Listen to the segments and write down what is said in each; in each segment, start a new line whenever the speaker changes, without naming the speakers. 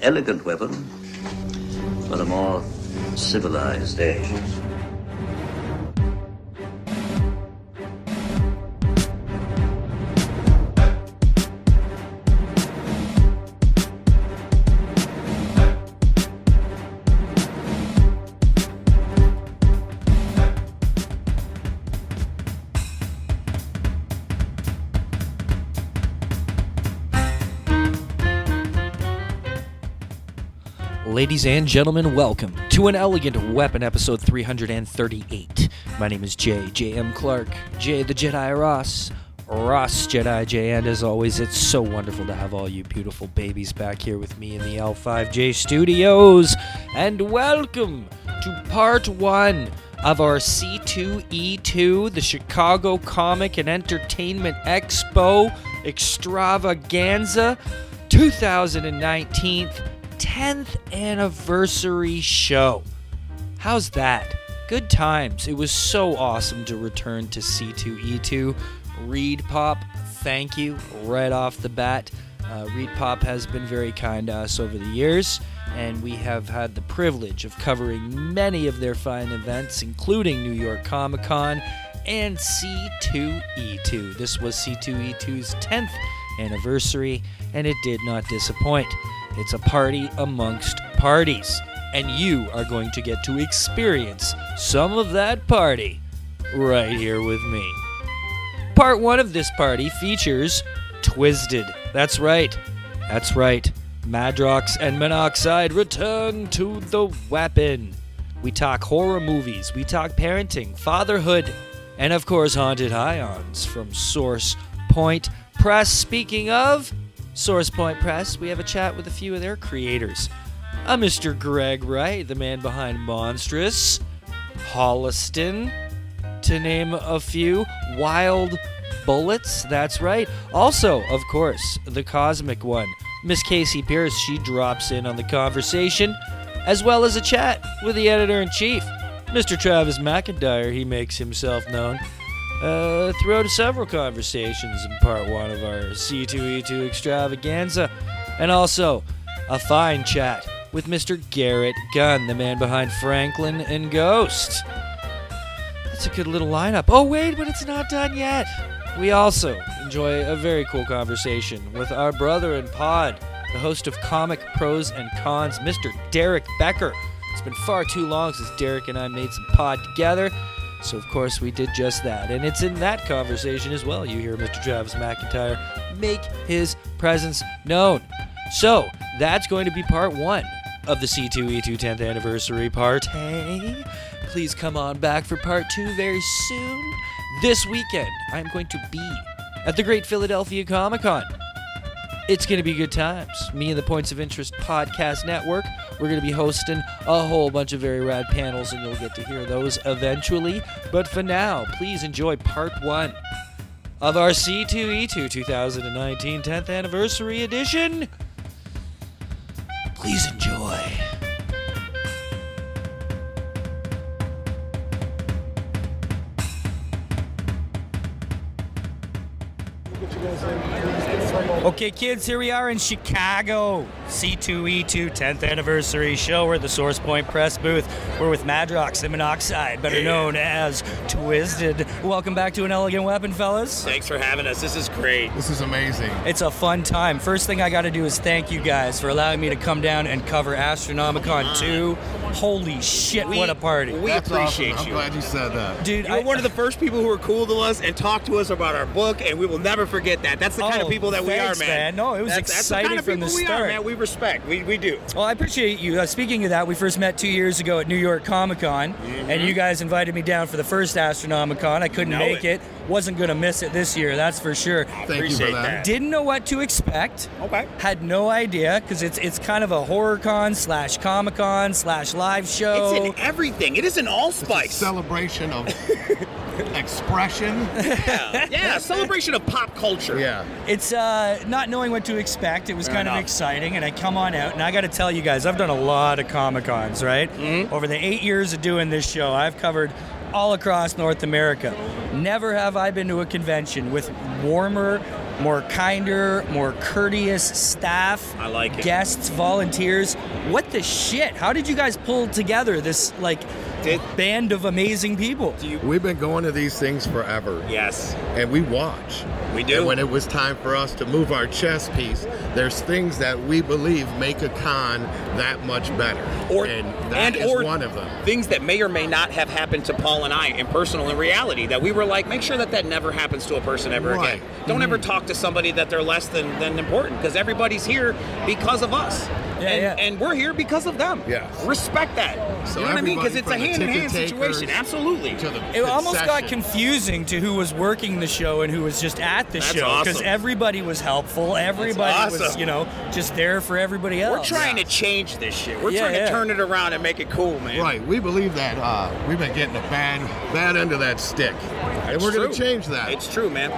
elegant weapon for the more civilized age.
Ladies and gentlemen, welcome to an Elegant Weapon episode 338. My name is Jay, J.M. Clark, Jay the Jedi Ross, Ross Jedi J, and as always, it's so wonderful to have all you beautiful babies back here with me in the L5J studios. And welcome to part one of our C2E2, the Chicago Comic and Entertainment Expo extravaganza 2019. 10th anniversary show. How's that? Good times. It was so awesome to return to C2E2. Reed Pop, thank you right off the bat. Uh, Reed Pop has been very kind to us over the years, and we have had the privilege of covering many of their fine events, including New York Comic Con and C2E2. This was C2E2's 10th anniversary, and it did not disappoint. It's a party amongst parties, and you are going to get to experience some of that party right here with me. Part one of this party features Twisted. That's right. That's right. Madrox and Monoxide return to the weapon. We talk horror movies, we talk parenting, fatherhood, and of course, Haunted Ions from Source Point Press. Speaking of Source Point Press, we have a chat with a few of their creators. A Mr. Greg Wright, the man behind Monstrous, Holliston, to name a few. Wild Bullets, that's right. Also, of course, the cosmic one. Miss Casey Pierce, she drops in on the conversation, as well as a chat with the editor in chief, Mr. Travis McIntyre. He makes himself known uh, throughout several conversations in part one of our C2E2 extravaganza, and also a fine chat with Mr. Garrett Gunn, the man behind Franklin and Ghost. That's a good little lineup. Oh, wait, but it's not done yet. We also enjoy a very cool conversation with our brother in pod, the host of Comic Pros and Cons, Mr. Derek Becker. It's been far too long since Derek and I made some pod together, so of course we did just that. And it's in that conversation as well you hear Mr. Travis McIntyre make his presence known. So that's going to be part one of the C2E2 10th anniversary party. Please come on back for part two very soon. This weekend, I'm going to be at the Great Philadelphia Comic Con. It's going to be good times. Me and the Points of Interest Podcast Network, we're going to be hosting a whole bunch of very rad panels, and you'll get to hear those eventually. But for now, please enjoy part one of our E C2E2 2019 10th Anniversary Edition. Please enjoy. Okay, kids, here we are in Chicago. C2E2 10th anniversary show. We're at the Source Point Press booth. We're with Madrox, the monoxide, better known as Twisted. Welcome back to an elegant weapon, fellas.
Thanks for having us. This is great.
This is amazing.
It's a fun time. First thing I got to do is thank you guys for allowing me to come down and cover Astronomicon 2. Holy shit, what a party.
We
That's
appreciate
awesome.
you.
I'm glad you said that.
Dude,
You
I-
were one of the first people who were cool to us and talked to us about our book, and we will never forget that. That's the kind
Oh,
of people that we are,
thanks,
man.
man. No, it was
that's,
exciting
that's the
from
kind
the
of people we
start.
Are, man. We respect. We, we do.
Well, I appreciate you. Uh, speaking of that, we first met two years ago at New York Comic Con, and you guys invited me down for the first Astronomicon. I couldn't
Mm-hmm. Know
make it.
it.
Wasn't going to miss it this year, that's for sure.
Thank you for
appreciate
that.
Didn't know what to expect.
Okay.
Had no idea because it's it's kind of a horror con slash comic con slash live show.
It's in everything. It is an allspice.
Celebration of expression.
yeah. yeah, celebration of pop culture.
Yeah.
It's uh, not knowing what to expect. It was
Fair
kind of
enough.
exciting, and I come on out, and I got to tell you guys, I've done a lot of Comic Cons, right?
Mm-hmm.
Over the eight years of doing this show, I've covered all across North America. Never have I been to a convention with warmer, more kinder, more courteous staff.
I like it.
Guests, volunteers. What the shit? How did you guys pull together this like
Did-
band of amazing people?
We've been going to these things forever,
Yes,
and we watch.
we do.
And when it was time for us to move our chess piece, there's things that we believe make a con that much better.
or
and that is
or
one of them.
Things that may or may not have happened to Paul and I in personal in reality that we were like, make sure that that never happens to a person ever
Right. Mm-hmm.
again. Don't ever talk to somebody that they're less than than important because everybody's here because of us.
Yeah,
and,
yeah.
and we're here because of them.
Yes.
Respect that.
So
you know what I mean? Because
everybody
it's a
from the
hand in hand
ticket
situation.
takers
Absolutely.
To the
It almost got
concession.
confusing to who was working the show and who was just at the
That's
show because
awesome.
everybody was helpful. Everybody was,
awesome.
you know, just there for everybody
We're
else.
trying to change this shit. We're
Yeah,
trying
yeah.
to turn it around and make it cool, man.
Right, we believe that uh, we've been getting a bad, bad end of that stick, and
It's
we're going
true.
to change that.
It's true, man.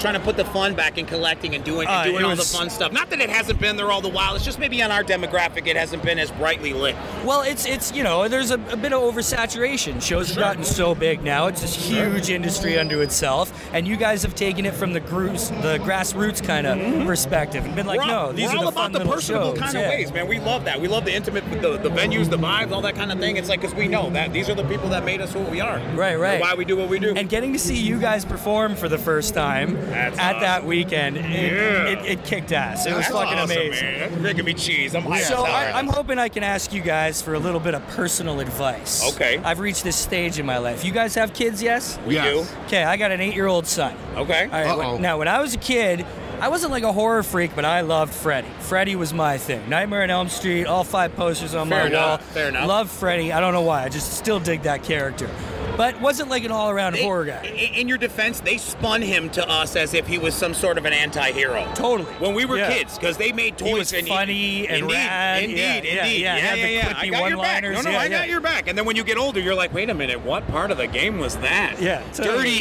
Trying to put the fun back in collecting and doing
Uh,
and doing
it
all
was-
the fun stuff. Not that it hasn't been there all the while. It's just maybe on our demographic, it hasn't been as brightly lit.
Well, it's it's you know there's a, a bit of oversaturation. Shows have gotten so big now; it's this huge industry unto itself. And you guys have taken it from the grooves, the grassroots kind of perspective, and been like,
Mm-hmm. we're all,
no, these
we're
are
all
the fun
about the
little
personable
shows.
kind
yeah.
of ways, man. We love that. We love the intimate, the, the venues, the vibes, all that kind of thing. It's like because we know that these are the people that made us who we are.
Right,
And
right.
Why we do what we do.
And getting to see you guys perform for the first time
That's
at that
awesome.
weekend, it,
Yeah.
it, it kicked ass. It was
That's
fucking
awesome,
amazing.
Man. That's making me cheese. I'm hyped.
So
as hell
I,
right
I'm
now.
hoping I can ask you guys for a little bit of personal advice.
Okay.
I've reached this stage in my life. You guys have kids, yes?
we
Yes.
Okay, I got an eight-year-old son.
do. Okay.
All right,
Uh-oh.
when- now, when I was a kid, I wasn't like a horror freak, but I loved Freddy. Freddy was my thing. Nightmare on Elm Street, all five posters on
Fair
my
enough,
wall.
fair enough.
Love Freddy. I don't know why. I just still dig that character. But wasn't like an all-around
They-
horror
i-
guy.
In your defense, they spun him to us as if he was some sort of an anti-hero.
Totally.
When we were
Yeah.
kids, because they made toys.
He was
and
funny and
indeed,
rad.
Indeed,
Yeah,
indeed.
yeah, yeah. He
yeah,
had the
yeah. I
quippy
got your back. No,
one-liners.
no,
Yeah,
I got
yeah.
your back. And then when you get older, you're like, wait a minute, what part of the game was that?
Yeah, totally.
Dirty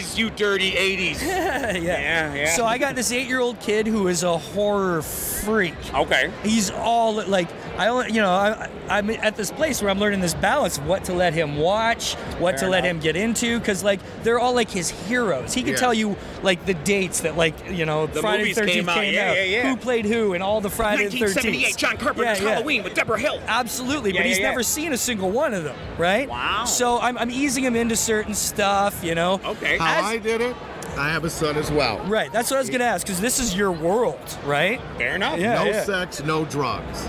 80s, you dirty 80s.
yeah.
Yeah, yeah.
So I got this eight-year-old kid who is a horror freak.
okay.
he's all like I only you know I, I'm at this place where I'm learning this balance of what to let him watch, what to
Fair
let
enough.
him get into, because like they're all like his heroes. He can
Yeah.
tell you like the dates that like you know
The
Friday
movies
the 13th
came out. Yeah, yeah, yeah.
who played who, and all the Friday the 13th.
1978, John Carpenter's
Yeah, yeah.
Halloween with Deborah Hill.
Absolutely,
Yeah,
but he's
yeah, yeah.
never seen a single one of them, right?
Wow.
So I'm, I'm easing him into certain stuff, you know.
Okay.
How
As-
I did it, I have a son as well.
Right. That's what I was gonna ask, because this is your world, right?
Fair enough.
Yeah.
No sex, no drugs.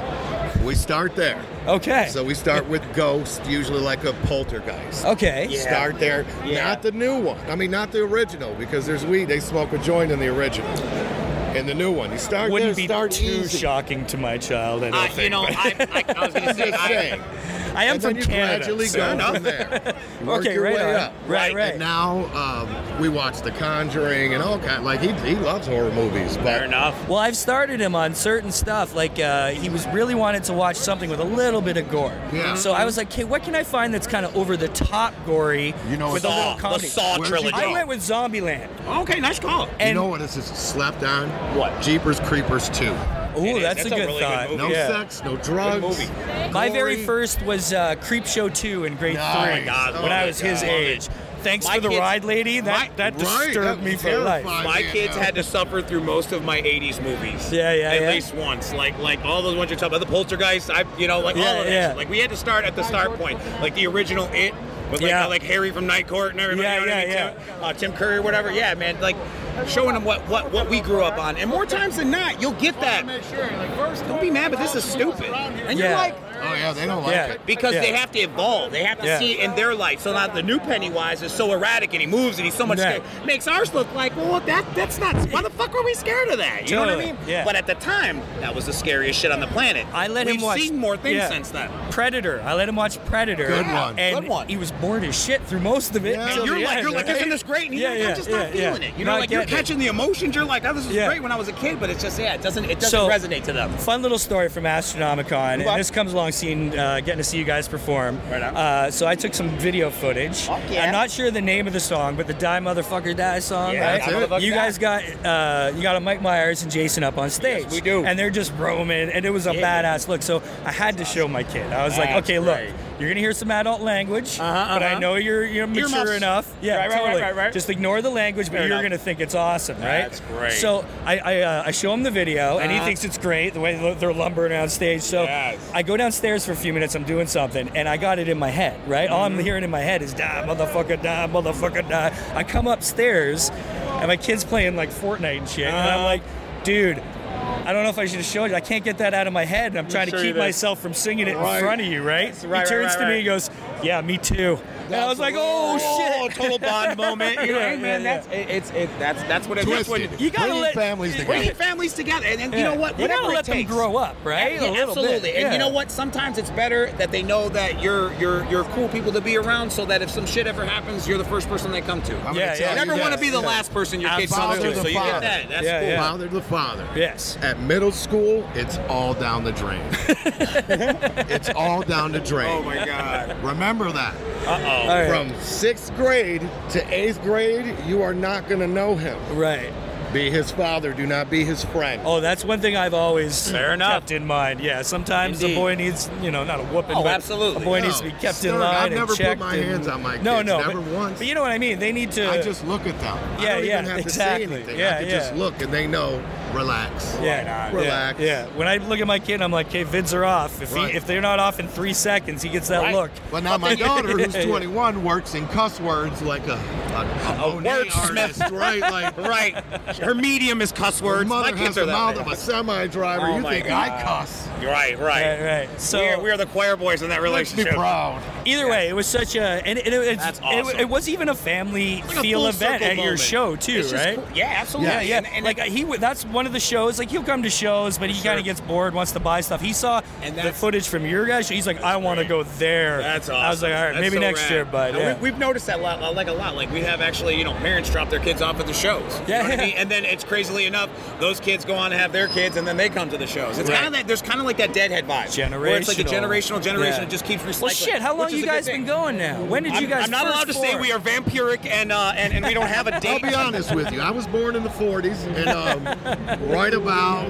We start there.
Okay.
So we start with ghost, usually like a poltergeist.
okay.
Yeah.
Start there.
Yeah.
Not the new one. I mean, not the original because there's weed. They smoke a joint in the original. And the new one, you start
Wouldn't
there.
be
start
too
easy.
shocking to my child. I don't
I,
think.
Uh, you know, I, I, I was going to say,
Just
I,
saying.
I am
and
from
then you
Canada.
gradually
so-
go from there. Work
Okay,
your
right
way
on.
up.
Right, right.
And now um, we watch The Conjuring and all kind. Like he, he loves horror movies, but
fair enough.
Well, I've started him on certain stuff. Like uh, he was really wanted to watch something with a little bit of gore.
Yeah.
So I was like, okay, what can I find that's kind of over the top gory
You know,
with a
Saw,
little
Saw, the
comedy?
Saw
Where'd you
trilogy.
I went with Zombieland.
okay, nice call.
you
And
know what? This is slept on.
What?
Jeepers Creepers two.
ooh,
It
that's,
is. That's
a
a
good
really good
thought.
movie.
No
yeah.
sex, no drugs.
movie.
My very
Gory.
first was uh, Creepshow 2 in grade
Nice.
three
Oh my God,
when
love
I
it,
was his
God.
age. Thanks
My
for the
kids-
ride, lady. That
my-
that
Right,
disturbed
that
me
was
for life.
terrifying.
My
Yeah.
kids had to suffer through most of my '80s movies.
Yeah, yeah,
At
yeah.
least once, like like all those ones you're talking about, the Poltergeist. I, you know, like
Yeah,
all of that.
yeah.
shit. Like we had to start at the start point, like the original It with like
Yeah.
like Harry from Night Court and everybody.
Yeah,
you know what
yeah,
I mean? Tim, uh, Tim Curry, or whatever. Yeah, man. Like showing them what what what we grew up on, and more times than not, you'll get that. Don't be mad, but this is stupid. And
Yeah.
you're like,
Oh yeah, they don't like
Yeah.
it.
because
Yeah.
they have to evolve. They have to
Yeah.
see it in their life. So now the new Pennywise is so erratic and he moves and he's so much
Yeah.
scared. Makes ours look like, well, that that's not. Why the fuck were we scared of that? You know what I
Totally.
mean?
Yeah.
But at the time, that was the scariest shit on the planet.
I let
We've
him watch.
seen more things
yeah.
since then.
Predator. I let him watch Predator.
Good one.
And
Good one.
he was bored as shit through most of it.
Yeah.
And
till
you're
the
like,
end,
you're like,
right?
isn't this great? And
Yeah,
you're like,
yeah,
I'm just not
yeah,
feeling
yeah.
it. You know,
Not
like you're
getting it.
catching the emotions. You're like, oh, this is
Yeah.
great when I was a kid, but it's just, yeah, it doesn't, it doesn't
So-
resonate to them.
Fun little story from Astronomicon,
Okay.
and this comes along seeing, uh, getting to see you guys perform.
Right on.
Uh, so I took some video footage.
Fuck yeah.
I'm not sure the name of the song, but the Die Motherfucker Die song.
Yeah,
right?
Die Motherfucker
You
Die.
guys got uh, you got a Mike Myers and Jason up on stage.
we do.
And they're just roaming, and it was a
Yeah.
badass look. So I had to show my kid. I was like,
That's
okay, look,
right.
You're gonna hear some adult language,
Uh-huh,
but I
uh-huh.
know you're you're mature
Earmuffs.
enough. Yeah,
Right, right, right,
totally.
right, right.
Just ignore the language, but
Fair
you're
enough.
gonna think it's awesome, right?
That's great.
So I I, uh, I show him the video, and he
Uh-huh.
thinks it's great the way they're lumbering on stage. So
Yes.
I go downstairs for a few minutes. I'm doing something, and I got it in my head, right? All
Mm-hmm.
I'm hearing in my head is die, motherfucker, die, motherfucker, die. I come upstairs, and my kid's playing like Fortnite and shit, and I'm
Uh-huh.
like, dude. I don't know if I should have showed you. I can't get that out of my head, and I'm trying
sure
to
you
keep
did.
myself from singing it in
Right.
front of you, right?
right,
he
right,
turns to
right,
me
right.
and goes, "Yeah, me too." And I was like, "Oh
Oh,
shit!"
total bond moment. You know,
Yeah,
hey, man,
yeah,
that's it, it's it, that's that's what it, that's what
Twisted.
it,
You gotta
Bringing
let-
families
bringing
together.
families together, and, and you know what?
You
Whatever
gotta
it
let them
takes.
grow up, right? A
Yeah,
little bit,
absolutely. And
yeah.
you know what? Sometimes it's better that they know that you're you're you're cool people to be around, so that if some shit ever happens, you're the first person they come to.
I'm
Yeah,
gonna
yeah.
tell
you never
you
want to
this.
be the last person your kid comes
Father
to.
the
So you get
father.
that. That's
Yeah,
cool.
yeah.
Father the father.
Yes.
At middle school, it's all down the drain. it's all down the drain.
Oh my god.
Remember that.
All right.
From sixth grade to eighth grade, you are not going to know him.
right.
Be his father. Do not be his friend.
Oh, that's one thing I've always
Fair enough.
kept in mind. Yeah, sometimes
Indeed.
a boy needs, you know, not a whooping,
Oh,
but
absolutely.
a boy
No,
needs to be kept in
sir,
line
I've
and
never put
checked
my
and-
hands on my
No,
kids,
no,
never
but,
once.
But you know what I mean. They need to.
I just look at them.
Yeah,
I don't
yeah,
even have
exactly.
to say anything.
Yeah,
I can
yeah.
just look and they know, relax.
Yeah,
Why not?
yeah,
Relax.
Yeah, When I look at my kid, I'm like, "Okay, vids are off. If
Right.
he, if they're not off in three seconds, he gets that
Right.
look."
But now my daughter, who's
Yeah, yeah.
21, works in cuss words like a, a, a, Monet
wordsmith.
artist, right? Like
Right. Her medium is cuss
her
words.
mother
My
has
kids
the
are that
mouth
way.
of a semi driver.
Oh
you
my
think I
God.
cuss?
Right,
Right,
right.
right. So
We're, we're the choir boys in that
Makes me
relationship.
proud.
Either way, it was such a and, and it, it's,
That's
and it-
awesome.
it, was even a family
like a
feel
full
event
circle
at your
moment.
show too,
It's just
right?
cool. Yeah, absolutely.
Yeah, yeah.
And, and
like he, w- that's one of the shows. Like he'll come to shows, but he kind of gets bored, wants to buy stuff. He saw
And
the
that's-
footage from your guys. show. He's like, I want to go there.
That's awesome.
I was like, all right,
That's
maybe
so
next
rad.
year, but
And
yeah.
we, we've noticed that a lot, like a lot. Like we have actually, you know, parents drop their kids off at the shows. You know what
Yeah.
I mean? And then it's crazily enough, those kids go on to have their kids, and then they come to the shows. It's
Right.
kind of that. There's kind of like that deadhead vibe. Where it's like a
Generational.
generational generation
Yeah.
that just keeps recycling.
well, shit. How long
which is
you
a good
guys
thing.
been going now? When did
I'm,
you guys?
I'm not
first
allowed to say
form?
we are vampiric and uh, and and we don't have a
I'll
date.
be honest with you. I was born in the 40s, and um, right about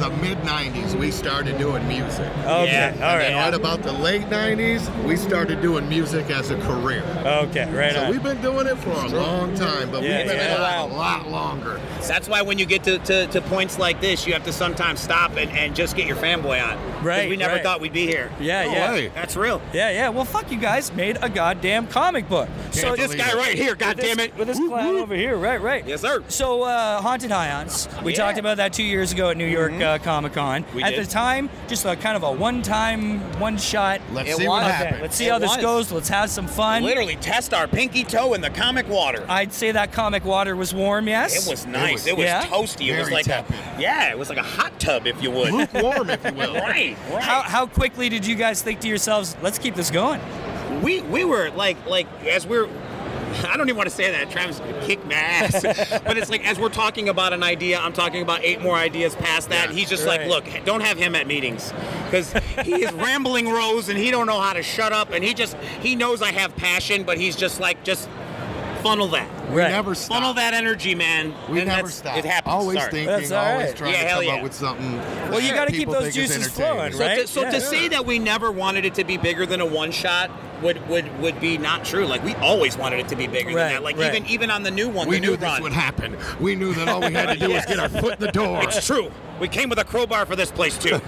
the mid 90s, we started doing music.
Okay.
Oh, Yeah.
All
And
right.
right about the late 90s, we started doing music as a career.
okay. Right
So
on.
we've been doing it for a long time, but
Yeah,
we've been
yeah.
at it a lot longer.
That's why when you get to, to, to points like this, you have to sometimes stop and, and just get your fanboy on. 'Cause
Right,
We never
right.
thought we'd be here.
yeah.
No
yeah.
way.
That's real.
Yeah. Yeah. Well, fuck. You guys made a goddamn comic book. so
believe
This guy
it.
right here,
with
God
this-
damn it.
With this clown over here, right, right.
Yes, sir.
So, uh, Haunted Ions. We
Yeah. Mm-hmm.
talked about that two years ago at New York uh, Comic Con.
We
At
did.
the time, just a kind of a one-time, one-shot.
Let's
It
see what
was.
happens.
Let's see
It
how this
was.
goes. Let's have some fun.
literally test our pinky toe in the comic water.
I'd say that comic water was warm. Yes.
It was nice. It was,
yeah.
toasty. It was
Very
like
tepid.
a yeah. It was like a hot tub, if you would. right,
Lukewarm, if you will.
right.
How, how quickly did you guys think to yourselves, let's keep this going?
we we were like like as we're. I don't even want to say that. Travis could kick my ass. but it's like as we're talking about an idea, I'm talking about eight more ideas past that.
Yeah.
He's just
Right.
like, look, don't have him at meetings because he is rambling rose and he don't know how to shut up. And he just he knows I have passion, but he's just like just funnel that.
We
Right.
never stop.
Funnel that energy, man.
We
and
never
that's-
stop.
It happens.
Always
Sorry.
thinking,
That's all
always
right.
trying
Yeah,
to
hell
come
yeah.
up with something.
Well, you
that
got to keep
people
those
think is
juices
entertaining.
flowing, right?
So to, so
Yeah.
to say that we never wanted it to be bigger than a one shot would would would be not true. Like we always wanted it to be bigger
Right,
than that. Like
right.
even even on the new one,
We
the
knew
new
this
run.
would happen. We knew that all we had to do was get our foot in the door.
it's true. We came with a crowbar for this place too.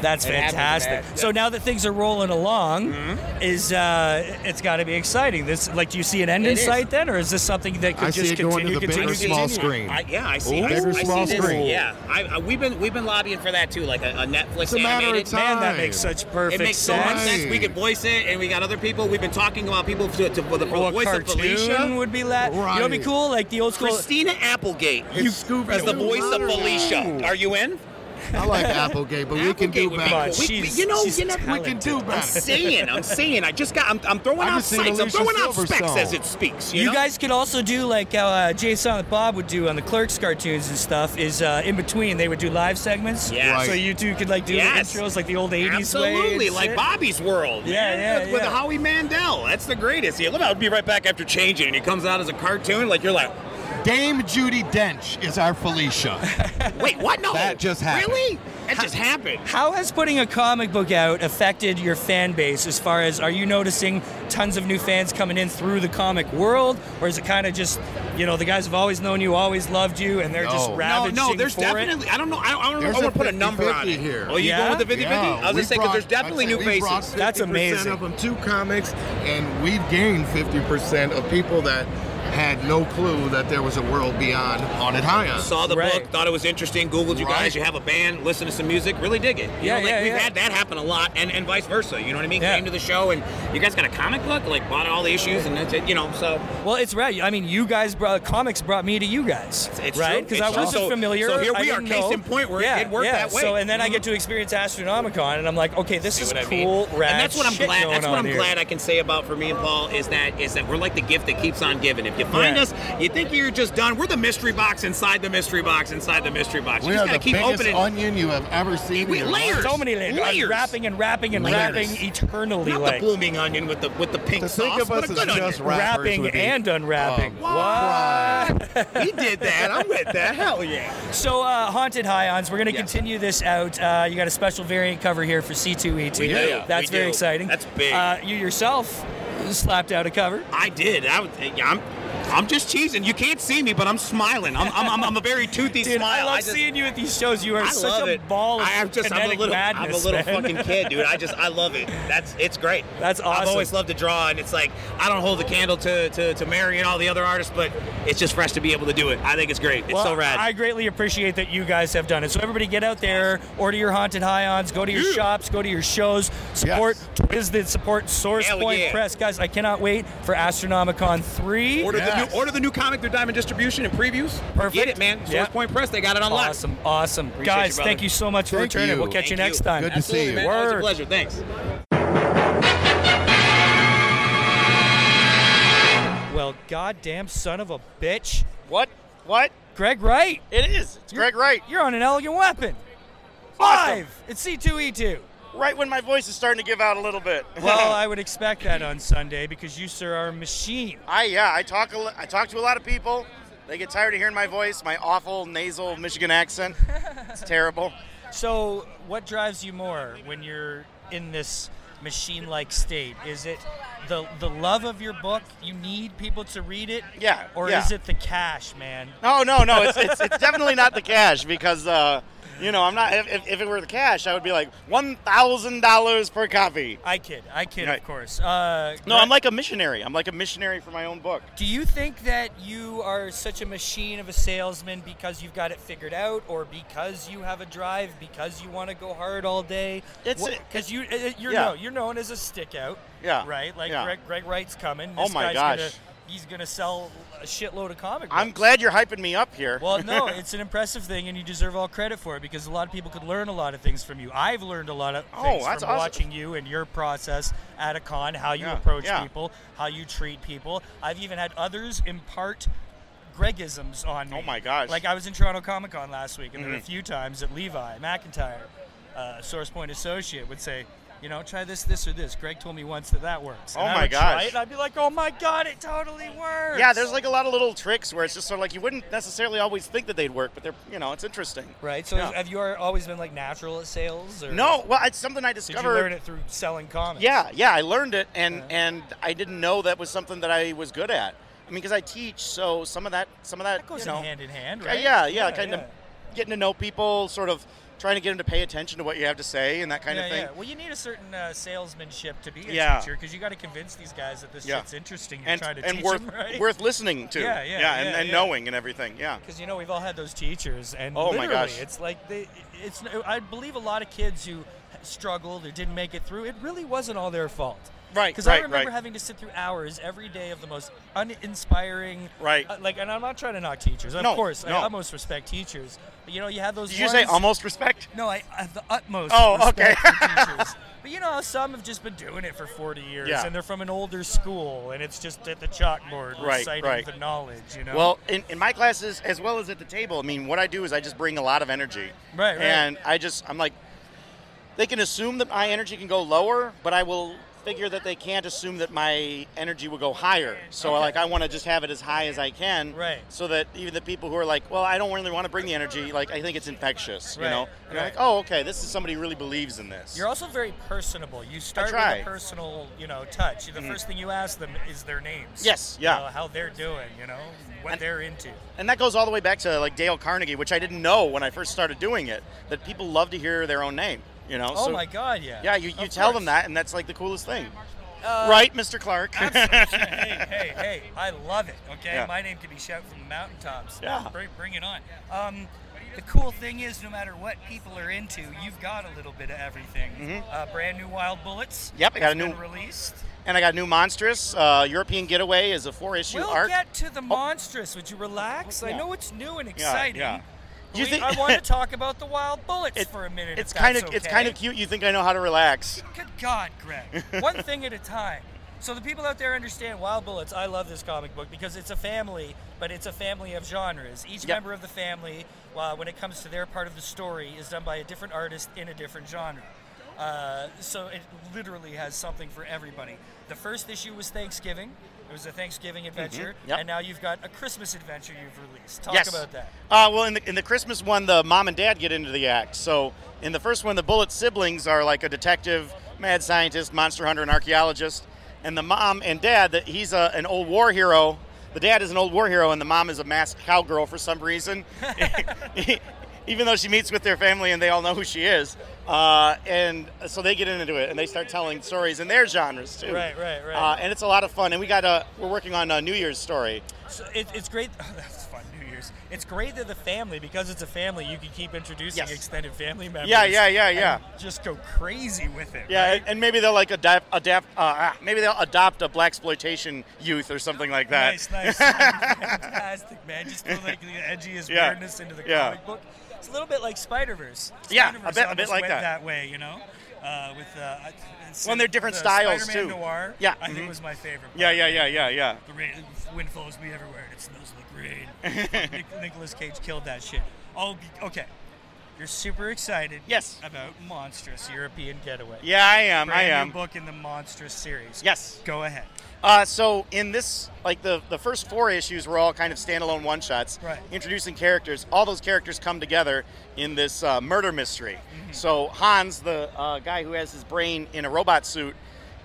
That's
It happens,
fantastic.
man.
So now that things are rolling along,
Mm-hmm.
is uh, it's got to be exciting. This like, do you see an end
It
in
is.
sight then, or is this something that could
I see
just
it going to
continue,
the big or
continue,
small
continue?
screen.
I, yeah, I see.
Ooh.
I,
Bigger,
I see
small
this.
screen.
Yeah, I, I, we've been we've been lobbying for that too, like a, a Netflix
It's a matter of
animated.
time.
Man, that makes such perfect
It makes so much
sense.
Right.
sense. We can voice it, and we got other people. We've been talking about people to, to, for the
Well,
for
a
the voice of
cartoon
Felicia.
would be that. You know, it'd be
Right.
cool, like the old school.
Christina Applegate
You scooped
as the
it.
voice of
Ooh.
Felicia. Are you in?
I like Applegate, but we can
Applegate
do
would be
better.
cool. We- we-
Oh, She's-
you know,
she's
you never-
We can do
I'm
better.
saying, I'm saying. I just got. I'm, I'm throwing
I
out
just seen
sights. I'm
Alicia
throwing out specs
Silverstone.
as it speaks. You,
You
know?
guys could also do like how uh, Jay Silent Bob would do on the Clerks cartoons and stuff. Is uh, in between they would do live segments.
Yes.
Right.
So you two could like do the
Yes.
intros like the old '80s way.
absolutely
and
like
shit.
Bobby's World.
Yeah,
man,
yeah,
with, with
yeah.
Howie Mandel. That's the greatest. Yeah, look, I'll be right back after changing, and he comes out as a cartoon. Like you're like,
Dame Judy Dench is our Felicia.
wait, what? No,
That just happened.
Really? That just happened.
How has putting a comic book out affected your fan base as far as are you noticing tons of new fans coming in through the comic world? Or is it kind of just, you know, the guys have always known you, always loved you, and they're just
No.
No,
ravaging
Oh, no, there's
for it?
definitely. I don't know. I, I don't know.
There's
I want
a
to put a number on
50-50
it.
here.
Oh, you
Yeah?
going with the 50
Yeah,
I was
we
gonna say
brought-
because there's definitely
I'd
new
say we brought
faces.
50%
That's amazing.
Of them, two comics, and we've gained 50% of people that had no clue that there was a world beyond Haunted High on.
Saw the
Right.
book, thought it was interesting, Googled you guys,
Right.
you have a band, listen to some music, really dig it. You
Yeah,
know, like
yeah,
we've
yeah.
had that happen a lot and, and vice versa. You know what I mean?
Yeah.
Came to the show and you guys got a comic book, like bought all the issues and that's it, you know, so
Well, it's right. I mean, you guys brought comics brought me to you guys,
It's
right?
true.
Because I
It's true.
wasn't
So-
familiar.
so here
I
we are,
didn't
case
know.
in point where it
yeah,
did work
yeah.
that way. Mm-hmm.
So and then I get to experience Astronomicon, and I'm like, okay, this
See
is
what I mean?
cool, rad.
And that's what I'm
shit
glad.
going
That's what
on
I'm
here.
glad I can say about for me and Paul is that is that we're like the gift that keeps on giving. If you find
Yeah.
us, you think you're just done. We're the mystery box inside the mystery box inside the mystery box.
we
you just
are the
gotta keep
biggest
opening.
onion you have ever seen.
We-
in your
layers.
life.
So many layers,
Layers.
wrapping and wrapping and
Layers.
wrapping eternally,
not
like
the blooming onion with the with the pink
To
sauce,
think of
but
us
a
as
good onion.
just rappers
Wrapping
would be,
and unwrapping.
um,
What?
pride.
he did that. I'm with that. Hell yeah.
So, uh, Haunted Hyons, we're going to
Yes.
continue this out. Uh, you got a special variant cover here for C2E2.
We do.
That's
We
very
do.
exciting.
That's big.
Uh, you yourself slapped out a cover.
I did. I, was- yeah, I'm. I'm just cheesing. You can't see me, but I'm smiling. I'm, I'm, I'm, I'm a very toothy
Dude,
smile.
I love
just-
seeing you at these shows. You are
I
such
love
a
it.
ball of
I am just. I'm a
kinetic
little.
madness.
I'm a little
man.
fucking kid, dude. I just. I love it. That's. It's great.
That's
I've
awesome.
always loved to draw, and it's like I don't hold a candle to to, to Mary and all the other artists, but it's just fresh to be able to do it. I think it's great. It's
Well,
so rad.
I greatly appreciate that you guys have done it. So everybody get out there, order your haunted high-ons, go to your
Yeah.
shops, go to your shows, support Twisted, support Source
Hell
Point
yeah.
Press. Guys, I cannot wait for Astronomicon 3.
Order
Yes.
the new order the new comic through Diamond Distribution and previews.
Perfect.
Get it, man. Source
Yeah.
Point Press, they got it on lock.
Awesome, awesome.
Appreciate you,
Guys,
brother.
thank you so much for
Thank
returning.
you.
We'll catch
Thank
you next time.
Good to
Absolutely,
see you.
Man. Always a
Word.
pleasure. Thanks.
Well, goddamn son of a bitch.
What? What?
Greg Wright,
It is. It's Greg Wright.
you're on an elegant weapon. Five! It's C2E2.
Right when my voice is starting to give out a little bit.
Well, I would expect that on Sunday because you, sir, are a machine.
I yeah, I talk a, li- I talk to a lot of people. They get tired of hearing my voice, my awful nasal Michigan accent. It's terrible.
So, what drives you more when you're in this machine-like state? Is it the the love of your book? You need people to read it.
Yeah,
Or
yeah.
is it the cash, man?
No, no, no. It's it's, it's definitely not the cash because uh, you know I'm not. If, if, if it were the cash, I would be like one thousand dollars per copy.
I kid. I kid,
Right.
of course. Uh,
No, I'm
Greg-
like a missionary. I'm like a missionary for my own book.
Do you think that you are such a machine of a salesman because you've got it figured out, or because you have a drive, because you want to go hard all day?
It's-
because you uh, you're
yeah.
no, you're known as a stick out.
Yeah,
Right. Like
yeah.
Greg, Greg Wright's coming.
Oh
This
my
guy's
gosh.
Gonna, he's gonna sell a shitload of comic.
I'm
books.
glad you're hyping me up here.
Well, no, it's an impressive thing, and you deserve all credit for it because a lot of people could learn a lot of things from you. I've learned a lot of
Oh,
things
that's
from
awesome.
watching you and your process at a con, how you
Yeah,
approach
yeah.
people, how you treat people. I've even had others impart Gregisms on me.
Oh my gosh. Mm-hmm.
Like I was in Toronto Comic Con last week, and there were a few times that Levi McIntyre, uh, Source Point associate, would say. You know, try this, this, or this. Greg told me once that that works. And
Oh
I
my
would try
gosh.
it, and I'd be like, "Oh my god, it totally works!"
Yeah, there's like a lot of little tricks where it's just sort of like you wouldn't necessarily always think that they'd work, but they're you know it's interesting.
Right. So
Yeah.
have you are- always been like natural at sales? Or
No, well, it's something I
Did
discovered.
you learn it through selling comics?
Yeah, yeah, I learned it, and and I didn't know that was something that I was good at. I mean, because I teach, so some of that, some of that,
That goes
you know,
in hand in hand,
yeah,
right?
yeah, yeah, kind of getting to know people, sort of trying to get them to pay attention to what you have to say and that kind
yeah,
of thing.
yeah. Well, you need a certain uh, salesmanship to be a
Yeah.
teacher because you got to convince these guys that this
Yeah.
shit's interesting. You're
And,
trying to
and
teach
worth
them, right?
worth listening to,
Yeah, yeah,
and,
yeah,
and
yeah.
knowing and everything, yeah.
because you know we've all had those teachers, and
Oh my
literally,
gosh.
it's like they, it's. I believe a lot of kids who struggled or didn't make it through. It really wasn't all their fault.
Right,
Because I
right,
remember
right.
having to sit through hours every day of the most uninspiring.
Right.
uh, like, and I'm not trying to knock teachers. Of
No,
course, I
no.
almost respect teachers. But you know, you have those.
Did you say
ones-
almost respect?
No, I I have the utmost.
Oh,
respect
okay.
for teachers. But you know, some have just been doing it for 40 years,
Yeah.
and they're from an older school, and it's just at the chalkboard
Right,
reciting
right.
the knowledge. You know.
Well, in, in my classes as well as at the table, I mean, what I do is I just bring a lot of energy.
Right, right.
And I just, I'm like, they can assume that my energy can go lower, but I will figure that they can't assume that my energy will go higher. So like I want to just have it as high as I can.
Right.
So that even the people who are like, well, I don't really want to bring the energy. Like I think it's infectious. You
Right,
know. And you're
right.
like, oh, okay, this is somebody who really believes in this.
You're also very personable. You start with
try. Mm-hmm.
a personal, you know, touch. The first thing you ask them is their names.
Yes,
You
yeah.
know, how they're doing, you know, what
And-
they're into.
and that goes all the way back to like Dale Carnegie, which I didn't know when I first started doing it. That people love to hear their own name. You know.
oh
So-
my God, yeah.
Yeah, you, you
Of
tell them
course.
that, and that's like the coolest thing.
Uh,
right, Mr. Clark?
hey, hey, hey, I love it. Okay,
Yeah.
my name can be shouted from the mountaintops.
Yeah.
Bring, bring it on. Um, the cool thing is, no matter what people are into, you've got a little bit of everything. Uh, brand new Wild Bullets.
Mm-hmm. Yep, I got
has
a new-
been released.
and I got New Monstrous. Uh, European Getaway is a four issue
we'll
arc.
get to the monstrous. Would you relax? I
Oh. Yeah.
know it's new and exciting.
yeah.
but
You
we-
think-
I want to talk about the Wild Bullets
It-
for a minute.
It's
if
kind of
that's
it's kind of
okay.
cute. You think I know how to relax?
Good God, Greg. One thing at a time. So the people out there understand Wild Bullets. I love this comic book because it's a family, but it's a family of genres. Each
Yep.
member of the family, uh, when it comes to their part of the story, is done by a different artist in a different genre. Uh, so it literally has something for everybody. The first issue was Thanksgiving. It was a Thanksgiving adventure,
Mm-hmm. Yep.
and now you've got a Christmas adventure you've released. Talk
yes.
about that.
Uh, well, in the, in the Christmas one, the mom and dad get into the act. So in the first one, the Bullet siblings are like a detective, mad scientist, monster hunter, and archaeologist. And the mom and dad, that he's a, an old war hero. The dad is an old war hero, and the mom is a masked cowgirl for some reason. E, Even though she meets with their family and they all know who she is. Uh, and so they get into it and they start telling stories in their genres too.
Right, right, right.
Uh, and it's a lot of fun. And we got a, we're working on a New Year's story.
So it, it's great. that's fun. New Year's. It's great that the family, because it's a family, you can keep introducing
Yes.
extended family members.
Yeah, yeah, yeah, yeah.
and just go crazy with it.
Yeah,
right?
and- and maybe they'll like adapt, adapt uh, ah, maybe they'll adopt a black exploitation youth or something like that.
Nice, nice, fantastic, man. Just feel like the edgiest
Yeah.
weirdness into the comic
Yeah.
book. It's a little bit like Spider Verse.
Yeah, a bit- a bit like
went
that.
way, you know. Uh, with uh, I- it's-
Well, they're different
the
styles,
Spider-Man
too.
Noir,
Yeah,
I think
mhm.
was my favorite.
Yeah, yeah, yeah, yeah, yeah.
The rain, the wind follows me everywhere, and it smells like rain. Nic- Nicolas Cage killed that shit. Oh, okay. You're super excited.
Yes.
About monstrous European getaway.
Yeah, I am.
Brand
I am.
New book in the monstrous series.
Yes.
Go ahead.
Uh, so in this, like the the first four issues were all kind of standalone one shots,
Right.
introducing characters. All those characters come together in this uh, murder mystery. So Hans, the uh, guy who has his brain in a robot suit,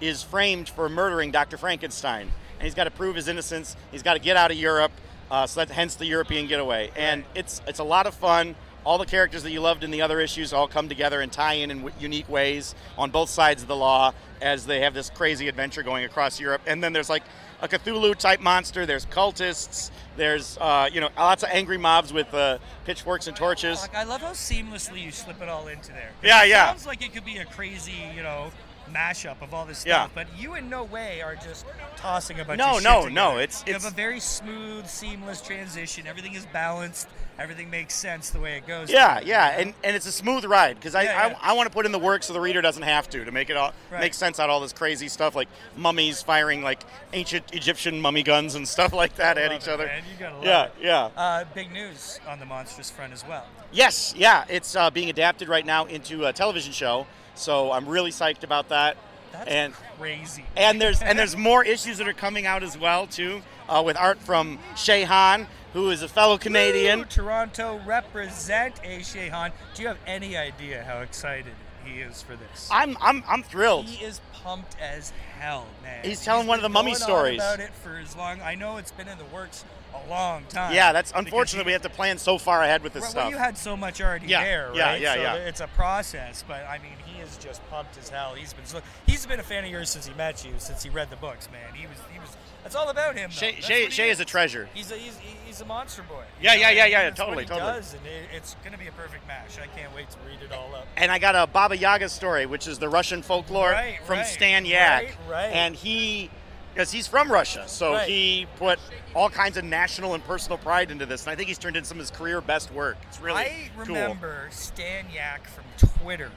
is framed for murdering Dr. Frankenstein, and he's got to prove his innocence. He's got to get out of Europe. Uh, so that's hence the European getaway, and it's it's a lot of fun. All the characters that you loved in the other issues all come together and tie in in w- unique ways on both sides of the law as they have this crazy adventure going across Europe. And then there's like a Cthulhu type monster. There's cultists. There's uh, you know lots of angry mobs with uh, pitchforks and torches.
Fuck, I love how seamlessly you slip it all into there.
Yeah,
It
yeah.
Sounds like it could be a crazy, you know, mashup of all this
Yeah.
stuff, but you in no way are just tossing a bunch
No,
of shit
no, no,
together.
it's-
you
it's-
have a very smooth, seamless transition. Everything is balanced. Everything makes sense the way it goes.
Yeah,
together,
yeah,
you know?
and, and it's a smooth ride because I,
Yeah, yeah.
I, I want to put in the work so the reader doesn't have to to make it all
Right.
make sense out of all this crazy stuff like mummies firing like ancient Egyptian mummy guns and stuff like that at
Love
each
it,
other.
man. You gotta love
yeah,
it.
yeah.
Uh, big news on the monstrous front as well.
Yes, yeah, it's uh, being adapted right now into a television show, so I'm really psyched about that.
That's
and
crazy.
and there's and there's more issues that are coming out as well too, uh, with art from Shay Han, who is a fellow Canadian.
Woo, Toronto represent A. Shehan. Do you have any idea how excited he is for this?
I'm I'm I'm thrilled.
He is pumped as hell, man.
He's telling one of
been
the mummy
going on
stories.
about it for as long. I know it's been in the works a long time.
Yeah, that's
because
unfortunately we
you-
have to plan so far ahead with this
Well,
stuff.
you had so much already
Yeah,
there, right?
yeah, yeah,
so
yeah.
It's a process, but I mean, he is just pumped as hell. He's been so, he's been a fan of yours since he met you, since he read the books, man. He was he was. That's all about him. though.
Shay-
That's
Shay-
what he
Shay is a treasure.
He's a, he's, he's a monster boy.
Yeah, yeah, yeah, yeah,
And that's what
totally,
he
totally.
does, and it- it's gonna be a perfect match. I can't wait to read it all up.
and I got a Baba Yaga story, which is the Russian folklore
Right,
from
right,
Stan Yak.
right, right.
And he, because he's from Russia, so
Right.
he put all kinds of national and personal pride into this. And I think he's turned in some of his career best work. It's really
I
cool.
remember Stan Yak from Twitter.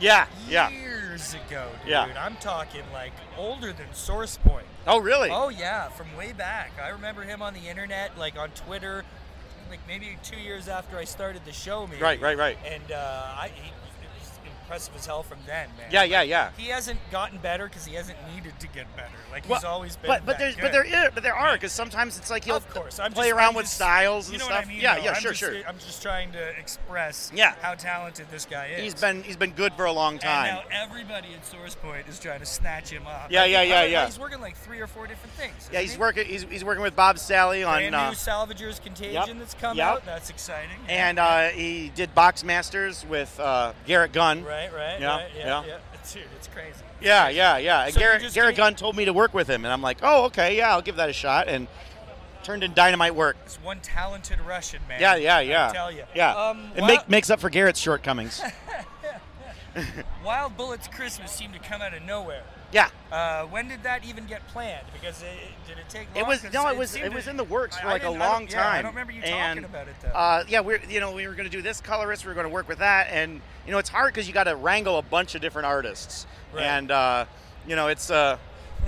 Yeah, yeah.
years ago, dude.
Yeah.
I'm talking like older than Source Point.
Oh, really?
Oh yeah, from way back. I remember him on the internet, like on Twitter, like maybe two years after I started the show. Maybe.
Right, right, right.
And uh, I, he, he was impressive as hell from then, man.
Yeah, yeah, yeah.
He hasn't gotten better because he hasn't needed to get better. Like he's
Well,
always been.
But but
that
there's
good.
but there is but there are because sometimes it's like he'll
of course I'm
play
just,
around
I'm
with
just-
styles and
you know
stuff.
What I mean,
yeah,
though?
yeah,
I'm
sure,
just,
sure.
I'm just trying to express
Yeah.
how talented this guy is.
He's been he's been good for a long
And
time.
now everybody at Source Point is trying to snatch him up.
Yeah, yeah, yeah,
I mean,
yeah.
He's working like three or four different things.
Yeah,
isn't
he's
he?
working he's, he's working with Bob Sally on
Brand
uh,
new Salvagers Contagion
yep,
that's come
yep.
out. That's exciting.
and uh, he did Box Masters with uh, Garrett Gunn.
right, right,
Yeah,
right, yeah,
yeah.
Dude, it's crazy.
Yeah, yeah, yeah. And
So you
Garrett,
just
Garrett
can't-
Gunn told me to work with him, and I'm like, oh, okay, yeah, I'll give that a shot, and turned in dynamite work.
It's one talented Russian man.
Yeah, yeah, yeah.
I tell you.
Yeah.
Um,
it
wow.
make, makes up for Garrett's shortcomings.
Wild Bullets Christmas seemed to come out of nowhere.
yeah.
Uh, when did that even get planned? Because it, it- did it take long?
It was
'Cause
no, it was
seemed
it
to-
was in the works
I-
for
I
like a
didn't- I don't-
long time.
yeah, I don't remember you talking
And,
about it though.
Uh, yeah, we're you know we were going to do this colorist, we were going to work with that, and you know it's hard because you got to wrangle a bunch of different artists,
Right.
and uh, you know it's uh,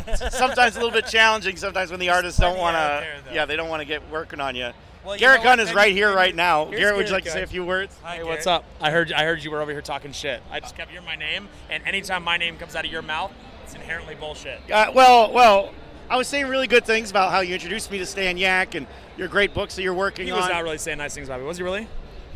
it's sometimes a little bit challenging. Sometimes when the artists don't
plenty
want
out
to,
there, though.
yeah, they don't want to get working on you.
Well, you
Garrett
know what?
Gunn is
Then-
right here,
then
right now.
here's
Garrett, would you
Garrett
like to say
Gunn.
a few words?
Hi,
Hey, what's
uh,
Garrett.
up? I heard I heard you were over here talking shit. I just kept hearing my name, and anytime my name comes out of your mouth, it's inherently bullshit.
Uh, well, well, I was saying really good things about how you introduced me to Stan Yak and your great books that you're working
He
on.
was not really saying nice things about me, was he? Really?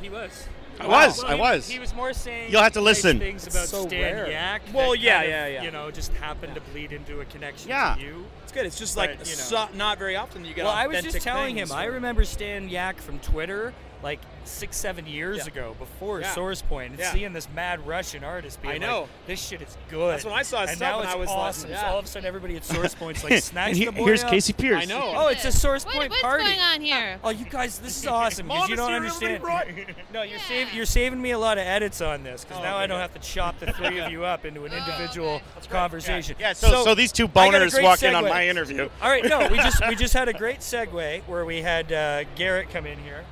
He was.
I was,
Well,
I
he-
was.
He was more saying.
You'll have to
nice
listen.
Things about
so
Stan
rare.
Yak. that
Well, yeah,
kind of,
yeah, yeah.
You know, just happened to bleed into a connection
Yeah.
to you.
It's good. It's just
But,
like
you know.
so- not very often you get.
Well, I was
authentic
just telling him.
things
I
from-
remember Stan Yak from Twitter like six, seven years
Yeah.
ago, before
Yeah.
Source Point, and
Yeah.
seeing this mad Russian artist being
I know.
like, "This shit is good."
That's when I saw his
and
stuff,
now
and
it's
I was like,
awesome. So
yeah.
all of a sudden, everybody at Source Point's like, "Snatch
and
the
he-
boy
here's
up."
Casey Pierce.
I know.
Oh, it's a Source
What-
Point
what's
party.
going on here?
Oh, you guys, this is awesome because you don't understand. No, Oh, you're
Yeah.
saving you're saving me a lot of edits on this because
Oh,
now
okay,
I don't have to chop the three of you up into an
Oh,
individual
okay.
conversation.
Yeah, so, so, these two
I got a
boners
great
walk in on
segue.
my interview.
All right, no, we just we just had a great segue where we had uh, Garrett come in here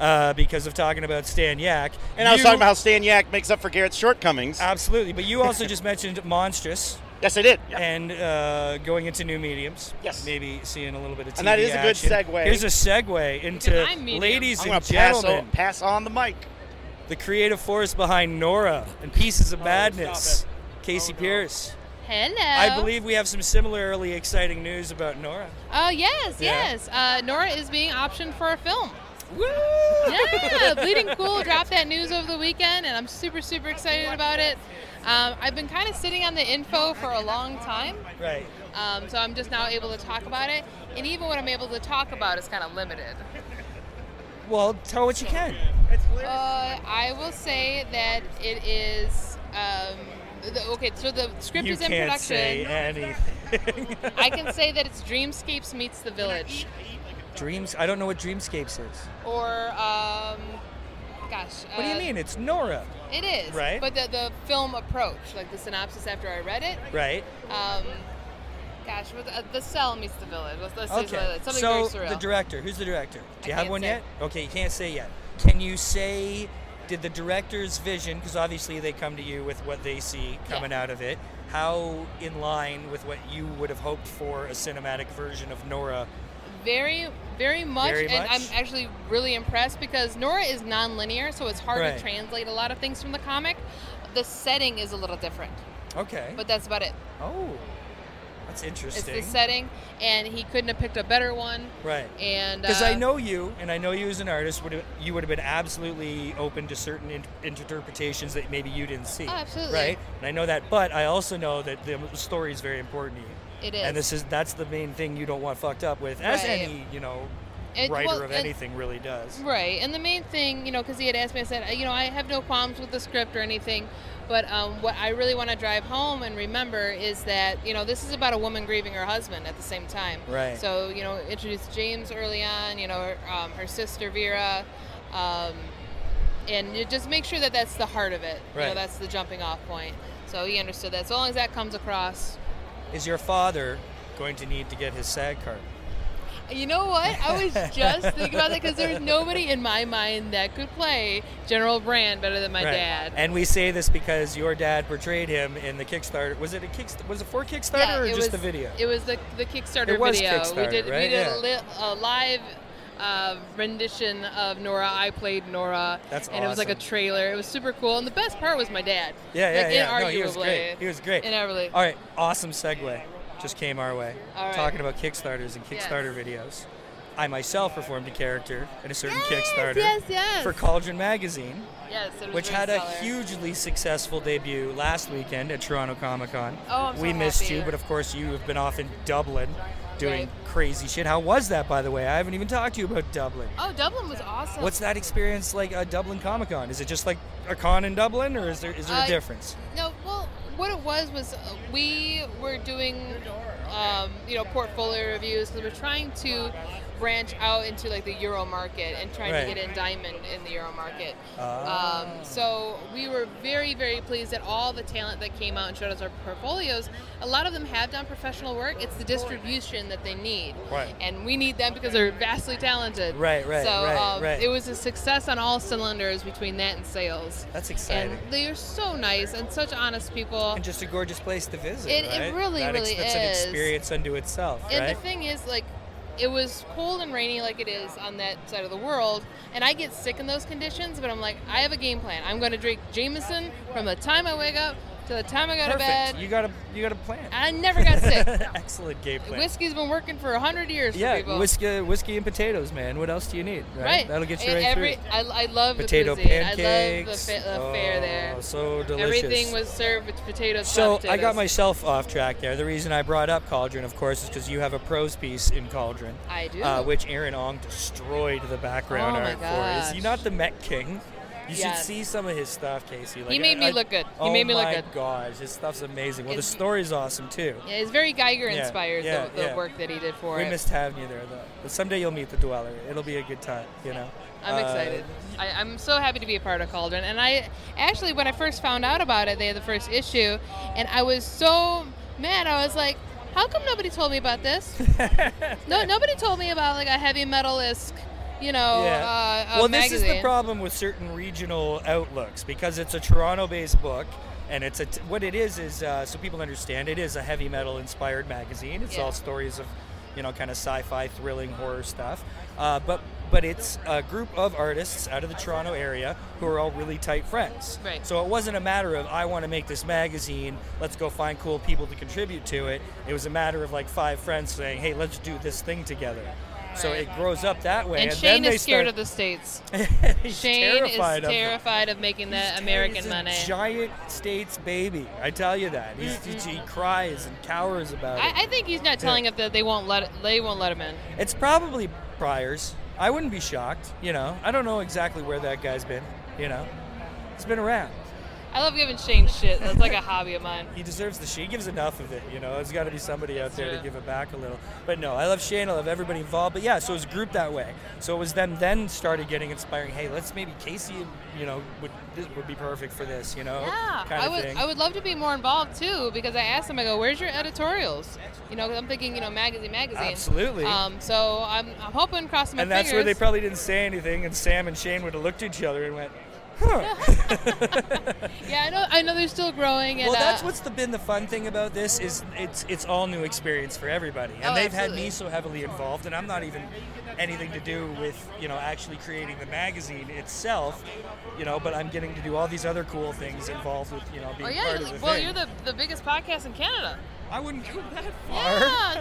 uh, because of talking about Stan Yak,
And I was
You-
talking about how Stan Yak makes up for Garrett's shortcomings.
absolutely, but you also just mentioned monstrous
yes, I did.
and uh, going into new mediums.
Yes.
maybe seeing a little bit of TV
And that is a good
action.
segue.
Here's a segue into
I'm medium.
ladies
I'm
and
going to pass,
gentlemen,
on- pass on the mic.
the creative force behind Nora and Pieces of Madness, Casey Pierce.
Hello.
I believe we have some similarly exciting news about Nora.
Oh yes,
Yeah.
yes. Uh, Nora is being optioned for a film. Woo! Yeah, Bleeding Cool dropped that news over the weekend, and I'm super, super excited about it. Um, I've been kind of sitting on the info for a long time,
Right.
um, so I'm just now able to talk about it. And even what I'm able to talk about is kind of limited.
Well, tell what you can.
Uh, I will say that it is. Um, the, okay, so the script
you
is in
can't
production.
say anything.
I can say that it's Dreamscapes meets The Village,
Dreams. I don't know what Dreamscapes is. What
or um, gosh.
do you
uh,
mean? It's Nora,
It is.
Right?
But the, the film approach, like the synopsis after I read it,
right?
um, gosh, what the, uh, the cell meets the village. Let's, let's say
Okay.
it's something
So
very surreal.
the director. Who's the director? Do you
I
have
can't
one
say.
yet? Okay, you can't say yet. Can you say? Did the director's vision? Because obviously they come to you with what they see coming out of it. How in line with what you would have hoped for a cinematic version of Nora?
very, very much,
Very
and
much?
I'm actually really impressed because Nora is nonlinear, so it's hard
Right.
to translate a lot of things from the comic. The setting is a little different,
Okay.
but that's about it.
oh, that's
It's
interesting.
the setting, and he couldn't have picked a better one.
right.
And
Because
uh,
I know you, and I know you as an artist, would have, you would have been absolutely open to certain in- interpretations that maybe you didn't see.
Oh, absolutely.
Right, and I know that, but I also know that the story is very important to you.
it is.
And this is that's the main thing you don't want fucked up with, as
Right.
any you know
It-
writer
well,
of
and-
anything really does.
Right, and the main thing, you know, because he had asked me, I said, you know, I have no qualms with the script or anything, but um, what I really want to drive home and remember is that, you know, this is about a woman grieving her husband at the same time.
Right.
So, you know, introduce James early on, you know, her, um, her sister Vera, um, and you just make sure that that's the heart of it. You know,
Right.
that's the jumping off point. So he understood that. So long as that comes across,
Is your father going to need to get his SAG card?
You know what? I was just thinking about that because there's nobody in my mind that could play General Brand better than my
Right.
dad.
And we say this because your dad portrayed him in the Kickstarter. Was it a Kickstarter? Was it for Kickstarter
Yeah,
or
it
just
was-
the video?
It was the, the Kickstarter
It was
video.
Kickstarter,
we did we
right?
did
Yeah.
a, li- a live uh, rendition of Nora. I played Nora.
That's
And it was like a
awesome.
trailer. It was super cool. And the best part was my dad.
Yeah, yeah,
like,
yeah.
Inarguably.
No, he was great. He was great.
Inarguably.
All right, awesome segue. Just came our way.
All right.
Talking about Kickstarters and
Yes.
Kickstarter videos. I myself performed a character in a certain Kickstarter
yes, yes.
for Cauldron Magazine,
Yes, it was
which
really
had a
stellar.
hugely successful debut last weekend at Toronto Comic Con.
Oh, I'm so
we missed
happy.
you, but of course you have been off in Dublin doing
Right.
crazy shit. How was that, by the way? I haven't even talked to you about Dublin.
Oh, Dublin was awesome.
What's that experience like at Dublin Comic Con? Is it just like a con in Dublin, or is there is there
Uh,
a difference?
No, well, what it was was uh, we were doing, um, you know, portfolio reviews because we're trying to branch out into like the Euro market and trying
Right.
to get in diamond in the Euro market.
Ah.
Um, so we were very, very pleased at all the talent that came out and showed us our portfolios. A lot of them have done professional work. It's the distribution that they need,
Right.
and we need them because they're vastly talented.
Right, right,
So
right,
um,
right.
it was a success on all cylinders between that and sales.
That's exciting.
And they are so nice and such honest people.
and just a gorgeous place to visit.
It- it
right?
really,
That ex-
really
that's
is.
an experience unto itself,
and
right?
the thing is, like, it was cold and rainy like it is on that side of the world, and I get sick in those conditions, but I'm like, I have a game plan. I'm going to drink Jameson from the time I wake up to the time I go
Perfect.
to bed.
You got a you got a plan.
I never got sick.
Excellent game plan.
Whiskey's been working for 100 years for
yeah,
people.
whiskey, whiskey and potatoes, man. What else do you need? Right.
Right.
That'll get you
And
right
every,
through.
I, I love
Potato
the cuisine.
pancakes.
I love the, fa- the fair there.
Oh, so delicious.
Everything was served with potatoes.
So
mashed
I got
potatoes.
myself off track there. The reason I brought up Cauldron, of course, is because you have a prose piece in Cauldron.
I do.
Uh, which Aaron Ong destroyed the background
Oh my
art for. Is he
gosh.
not the Met King? You should
Yes.
see some of his stuff, Casey. Like,
made me look good. He
oh
made me look
my
good.
gosh, his stuff's amazing. Well,
It's-
the story's awesome too.
Yeah, it's very Geiger
Yeah,
inspired
yeah,
the, the
yeah.
work that he did for
We
it.
missed having you there though. But someday you'll meet the Dweller. It'll be a good time, you know.
I'm
Uh,
excited. I, I'm so happy to be a part of Cauldron. And I actually, when I first found out about it, they had the first issue, and I was so mad. I was like, "How come nobody told me about this? no, nobody told me about like a heavy metalist, you know, uh, a
well,
magazine."
this is the problem with certain regional outlooks because it's a Toronto-based book, and it's a t- what it is is uh, so people understand it is a heavy metal inspired magazine. It's
Yeah.
all stories of, you know, kind of sci-fi, thrilling horror stuff, uh, but. But it's a group of artists out of the Toronto area who are all really tight friends.
Right.
So it wasn't a matter of I want to make this magazine. Let's go find cool people to contribute to it. It was a matter of like five friends saying, "Hey, let's do this thing together." So
Right.
it grows up that way.
And,
And,
Shane
then they
is
start-
scared of the states.
He's
Shane
terrified
is
of them.
terrified of making that American
He's a
money.
Giant states baby. I tell you that. He's, he, he cries and cowers about it.
Mm-hmm. I, I think he's not telling us that they won't let they won't let him in.
it's probably Priors. I wouldn't be shocked. You know, I don't know exactly where that guy's been. You know, he's been around.
I love giving Shane shit. That's like a hobby of mine.
He deserves the shit. He gives enough of it. You know, there's got to be somebody out there to
true.
give it back a little. But no, I love Shane. I love everybody involved. But yeah, so it was grouped that way. So it was them then started getting inspiring. Hey, let's maybe Casey. You know, would this would be perfect for this. You know,
Yeah,
kind
I
of
would.
thing.
I would love to be more involved too because I asked him. I go, "Where's your editorials?" You know, 'cause I'm thinking, you know, magazine, magazine.
Absolutely.
Um, so I'm, I'm hoping, crossing my
and
fingers.
that's where they probably didn't say anything, and Sam and Shane would have looked at each other and went, "Huh."
yeah, I know. I know they're still growing. And,
well, that's
uh,
what's the, been the fun thing about this is it's it's all new experience for everybody, and
Oh,
they've had
absolutely.
me so heavily involved, and I'm not even anything to do with you know actually creating the magazine itself, you know, but I'm getting to do all these other cool things involved with you know being
Oh yeah.
part
you're
of
like-
the
well,
thing.
you're the, the biggest podcast in Canada.
I wouldn't go that far.
Yeah,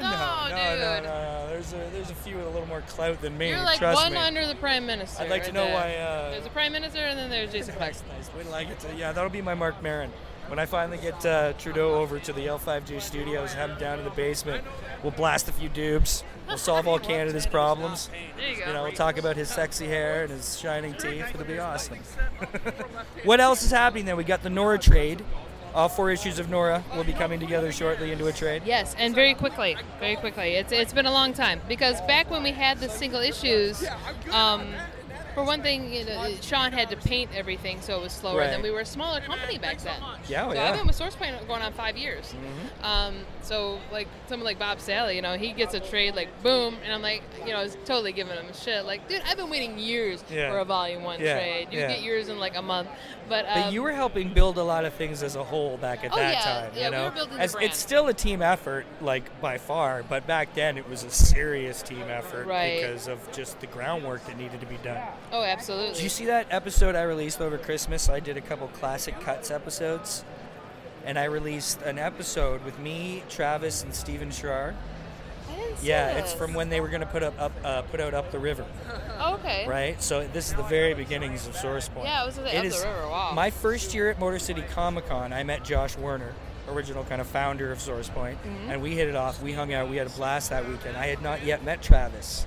no,
no,
no, no,
dude.
no, no. There's a there's a few with a little more clout than me.
You're like
trust
one
me.
under the prime minister.
I'd like to
right
know
there.
why, uh,
there's the prime minister, and then there's Jason Clark.
Nice, nice. Wait till I get to, yeah, that'll be my Mark Marin. When I finally get uh, Trudeau over to the L5G studios, have him down in the basement, we'll blast a few dupes, we'll solve all Canada's problems.
There you go.
You know, we'll talk about his sexy hair and his shining teeth. It'll be awesome. what else is happening then? We got the Nora trade. All four issues of Nora will be coming together shortly into a trade.
Yes, and very quickly, very quickly. It's it's been a long time because back when we had the single issues, um, for one thing, you know, Sean had to paint everything, so it was slower.
Right.
than we were a smaller company back then.
Yeah, oh,
so
yeah. Mm-hmm.
I've been with SourcePoint going on five years. Um, so like someone like Bob Sally, you know, he gets a trade like boom, and I'm like, you know, I was totally giving him shit. Like, dude, I've been waiting years
Yeah.
for a volume one
Yeah,
trade. You
yeah.
get yours in like a month, but, um,
But you were helping build a lot of things as a whole back at
Oh,
that
yeah,
time.
yeah,
you
we
know,
were building the
As-
brand.
it's still a team effort, like by far. But back then, it was a serious team effort
Right.
because of just the groundwork that needed to be done.
oh, absolutely.
Did you see that episode I released over Christmas? I did a couple classic cuts episodes, and I released an episode with me, Travis, and Steven Schrar.
I didn't see
Yeah, it's
this.
from when they were going to put up, up uh, put out up the river.
Oh, okay.
Right? So this is the very beginnings of Source Point.
Yeah, it was at the Up the River, wow.
My first year at Motor City Comic Con, I met Josh Werner, original kind of founder of Source Point,
Mm-hmm.
and we hit it off. We hung out. We had a blast that weekend. I had not yet met Travis.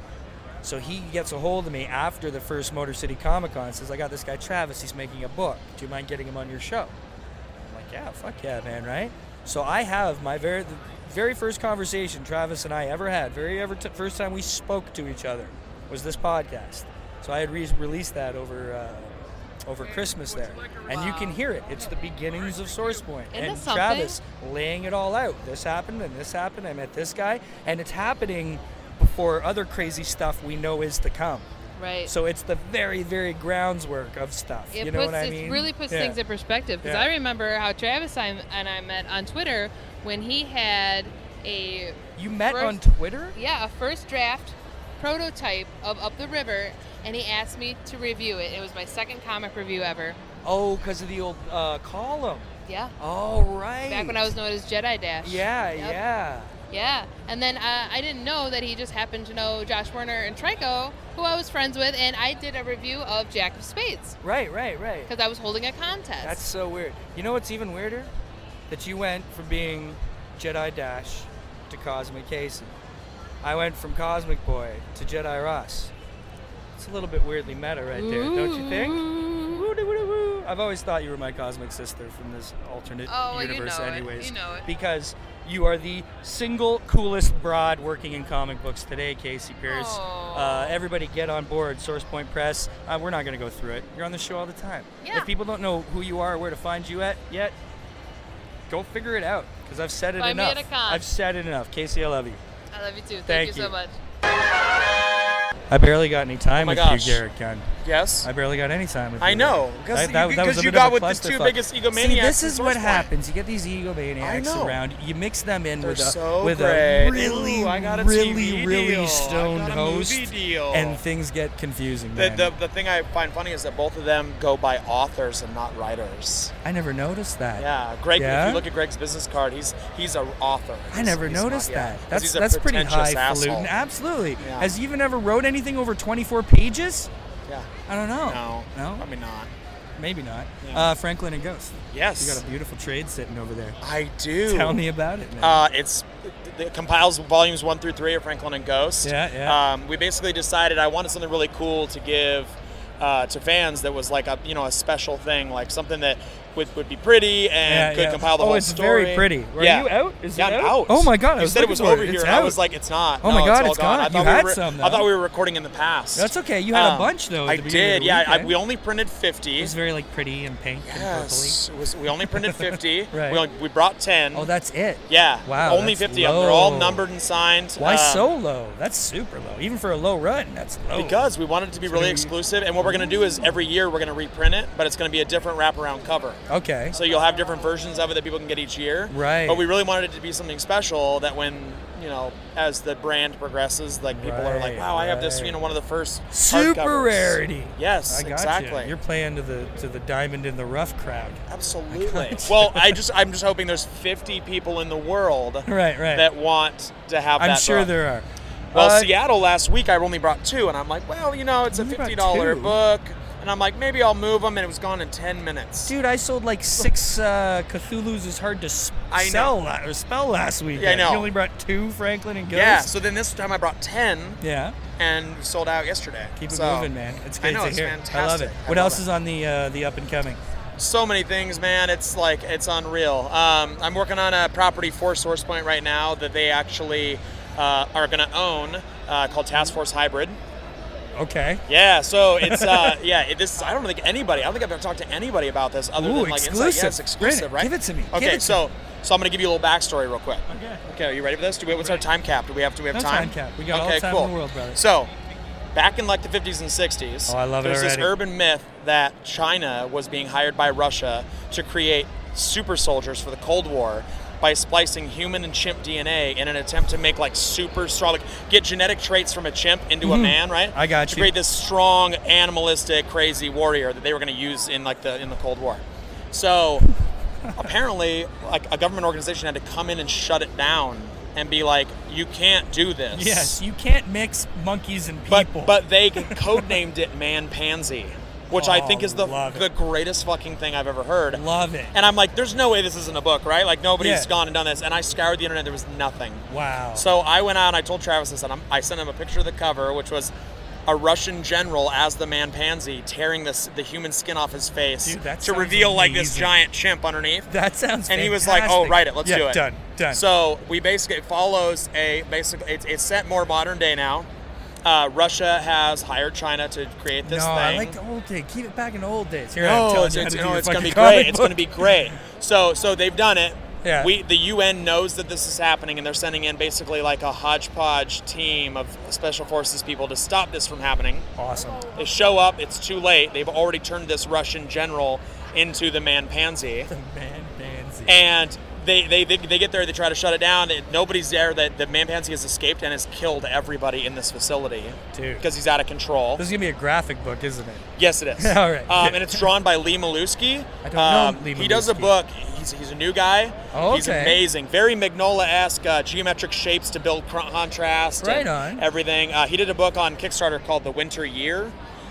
So he gets a hold of me after the first Motor City Comic Con and says, I got this guy Travis, he's making a book. Do you mind getting him on your show? I'm like, yeah, fuck yeah, man, right? So I have my very, the very first conversation Travis and I ever had, very ever t- first time we spoke to each other, was this podcast. So I had re- released that over uh, over Christmas there, and you can hear it. It's the beginnings of SourcePoint
Isn't
and
that something?
Travis laying it all out. This happened and this happened. I met this guy, and it's happening before other crazy stuff we know is to come.
Right.
So it's the very, very groundswork of stuff.
it
you know
puts
what I
it
mean?
really puts
Yeah.
things in perspective because
Yeah.
I remember how Travis I- and I met on Twitter when he had a
You met
first-
on Twitter?
yeah a first draft prototype of Up the River, and he asked me to review it. It was my second comic review ever.
Oh, because of the old uh, column.
Yeah.
Oh, right.
Back when I was known as Jedi Dash.
Yeah,
Yep.
yeah.
Yeah. And then uh, I didn't know that he just happened to know Josh Werner and Trico, who I was friends with, and I did a review of Jack of Spades
Right, right, right.
because I was holding a contest.
That's so weird. You know what's even weirder? That you went from being Jedi Dash to Cosmic Casey. I went from Cosmic Boy to Jedi Ross. It's a little bit weirdly meta right there, don't you think?
Mm-hmm.
Woo, doo, woo, doo, woo. I've always thought you were my cosmic sister from this alternate
Oh, well, you
universe,
know it.
anyways.
You know it.
Because you are the single coolest broad working in comic books today, Casey Pierce.
Aw.
Uh, everybody get on board, Source Point Press. Uh, we're not going to go through it. You're on the show all the time.
Yeah.
If people don't know who you are or where to find you at yet, go figure it out because I've said it
Find me
enough.
at a con.
I've said it enough. Casey, I love you.
I love you too. Thank,
Thank
you so
you.
much.
I barely got any time
Oh my
with
gosh.
you, Garrett Gunn.
Yes.
I barely got any time with
I
you.
know, 'cause
That-
you-
that- that
because
was a
you
bit of
got
a
with the two
clusterfuck.
biggest
See,
egomaniacs
this
in
is
Source
what
Point.
happens. You get these egomaniacs
know.
around. You mix them in with a
so
with
great.
a really,
Ooh, I got a
really,
TV deal.
really
I
stoned
got a
host,
movie deal.
and things get confusing.
The,
man.
the, the thing I find funny is that both of them go by authors and not writers.
I never noticed that.
Yeah, Greg.
Yeah?
If you look at Greg's business card, he's he's an author.
I never
He's- he's
noticed
not- yeah,
that.
'cause
That's
he's a
that's pretty
pretentious
highfalutin.
asshole.
Absolutely.
Yeah.
Has he even ever wrote anything over 24 pages?
Yeah.
I don't know.
No.
Oh. No.
Probably not.
Maybe not.
Yeah.
Uh, Franklin and Ghost.
Yes.
You got a beautiful trade sitting over there.
I do.
Tell me about it. Man.
Uh, it's it, it compiles volumes one through three of Franklin and Ghost.
Yeah, yeah.
Um, we basically decided I wanted something really cool to give uh, to fans that was like a you know a special thing, like something that would, would be pretty and
Yeah,
could
yeah.
compile the
Oh,
whole
it's
story.
very pretty. Were
yeah.
you out? Is it
yeah, I'm
out?
out?
Oh my God, I
You
was
said it
looking
was
for
over
it.
here.
It's
and I
out.
was like, it's not.
Oh my
No,
God,
it's all
it's
gone.
gone.
I thought
You
we
had
were,
some,
I
though.
thought we were recording in the past.
That's okay. You had a
Um,
bunch though. At
I
the beginning of
did.
the
Yeah, I,
weekend.
we only printed fifty.
It was very like pretty and pink and
Yes,
purpley.
it was, we only printed 50.
Right.
we, only, we brought 10.
Oh, that's it.
yeah.
Wow.
Only
that's
50 of them. They're all
low.
numbered and signed.
Why
Um,
so low? That's super low. Even for a low run, that's low.
Because we wanted it to be
So
really
do we-
exclusive, and what we're going to do is every year we're going to reprint it, but it's going to be a different wraparound cover.
Okay.
So you'll have different versions of it that people can get each year.
Right.
But we really wanted it to be something special that when you know, as the brand progresses, like people are like,
Right,
"Wow, I have this!"
right.
You know, one of the first
Super
hardcovers."
rarity.
Yes,
I got
exactly.
You. You're playing to the to the diamond in the rough crowd.
Absolutely. well, I just I'm just hoping there's 50 people in the world
Right, right.
that want to have that.
I'm sure
book.
there are.
Well,
Uh,
Seattle last week I only brought two, and I'm like, well, you know, it's a
You brought
fifty dollar
two?
book, and I'm like, maybe I'll move them, and it was gone in 10 minutes.
Dude, I sold like six uh, Cthulhu's is hard to s-
I know.
sell la- or spell last week.
Yeah, I know.
You only brought two Franklin and Ghost.
yeah. So then this time I brought 10,
Yeah.
and we sold out yesterday.
Keep it
So,
moving, man. It's
I
great
know,
to
it's
hear. I love
fantastic.
it.
I
What
love
else
it.
is on the uh, the up and coming?
So many things, man. It's like it's unreal. Um, I'm working on a property for SourcePoint right now that they actually uh, are going to own, uh, called Task Force Hybrid.
Okay.
Yeah, so it's uh, yeah. It, this I don't think anybody. I don't think I've ever talked to anybody about this other
Ooh,
than like
exclusive.
Inside. Yeah, it's
Bring it.
exclusive, right?
Give it to me. Give
Okay,
it to
so so I'm gonna give you a little backstory real quick.
Okay.
Okay, are you ready for this? Do we, what's our time cap? Do we have do we have
No
time?
time cap. We got all the time in the world, brother.
So back in like the 50s and 60s,
Oh, I love it
there's this
already.
urban myth that China was being hired by Russia to create super soldiers for the Cold War by splicing human and chimp DNA in an attempt to make like super strong, like get genetic traits from a chimp into a man, right?
Mm-hmm. I got
to
you.
create this strong, animalistic, crazy warrior that they were going to use in like the in the Cold War. So apparently, like a government organization had to come in and shut it down and be like, "You can't do this."
Yes, you can't mix monkeys and
But
people.
but they codenamed it Man Pansy, which I
Oh,
think is the
love it.
the greatest fucking thing I've ever heard.
love it.
And I'm like, there's no way this isn't a book, right? Like nobody's
Yeah.
gone and done this. And I scoured the internet, there was nothing.
Wow.
So I went out and I told Travis this, and I'm, I sent him a picture of the cover, which was a Russian general as the man Pansy tearing this the human skin off his face
Dude, that
to
sounds
reveal like this
amazing.
giant chimp underneath.
that sounds.
And he was like, "Oh,
fantastic.
write it. Let's
Yeah,
do it."
Done. Done.
So we basically it follows a basically it's, it's set more modern day now. Uh, Russia has hired China to create
no,
this thing.
I like the old day. Keep it back in the old days. Here, I'm
No,
telling
it's,
you how
it's,
to
no,
do
it's gonna be
fucking
great.
comic
It's gonna
book.
be great. So, so they've done it.
Yeah.
We, the UN knows that this is happening, and they're sending in basically like a hodgepodge team of special forces people to stop this from happening.
awesome.
They show up. It's too late. They've already turned this Russian general into the man pansy,
The man Pansy.
and. They, they, they, they get there, they try to shut it down. It- Nobody's there. That the man pansy has escaped and has killed everybody in this facility
Dude.
because he's out of control.
This is gonna be a graphic book, isn't it?
Yes, it is.
All right.
Um, and it's drawn by Lee Malusky.
I don't know Lee
He does a
Malusky.
book. He's, he's a new guy.
Oh,
He's
okay.
amazing. Very Magnola-esque uh, geometric shapes to build cr- contrast.
Right
and
on.
Everything. Uh, he did a book on Kickstarter called The Winter Year,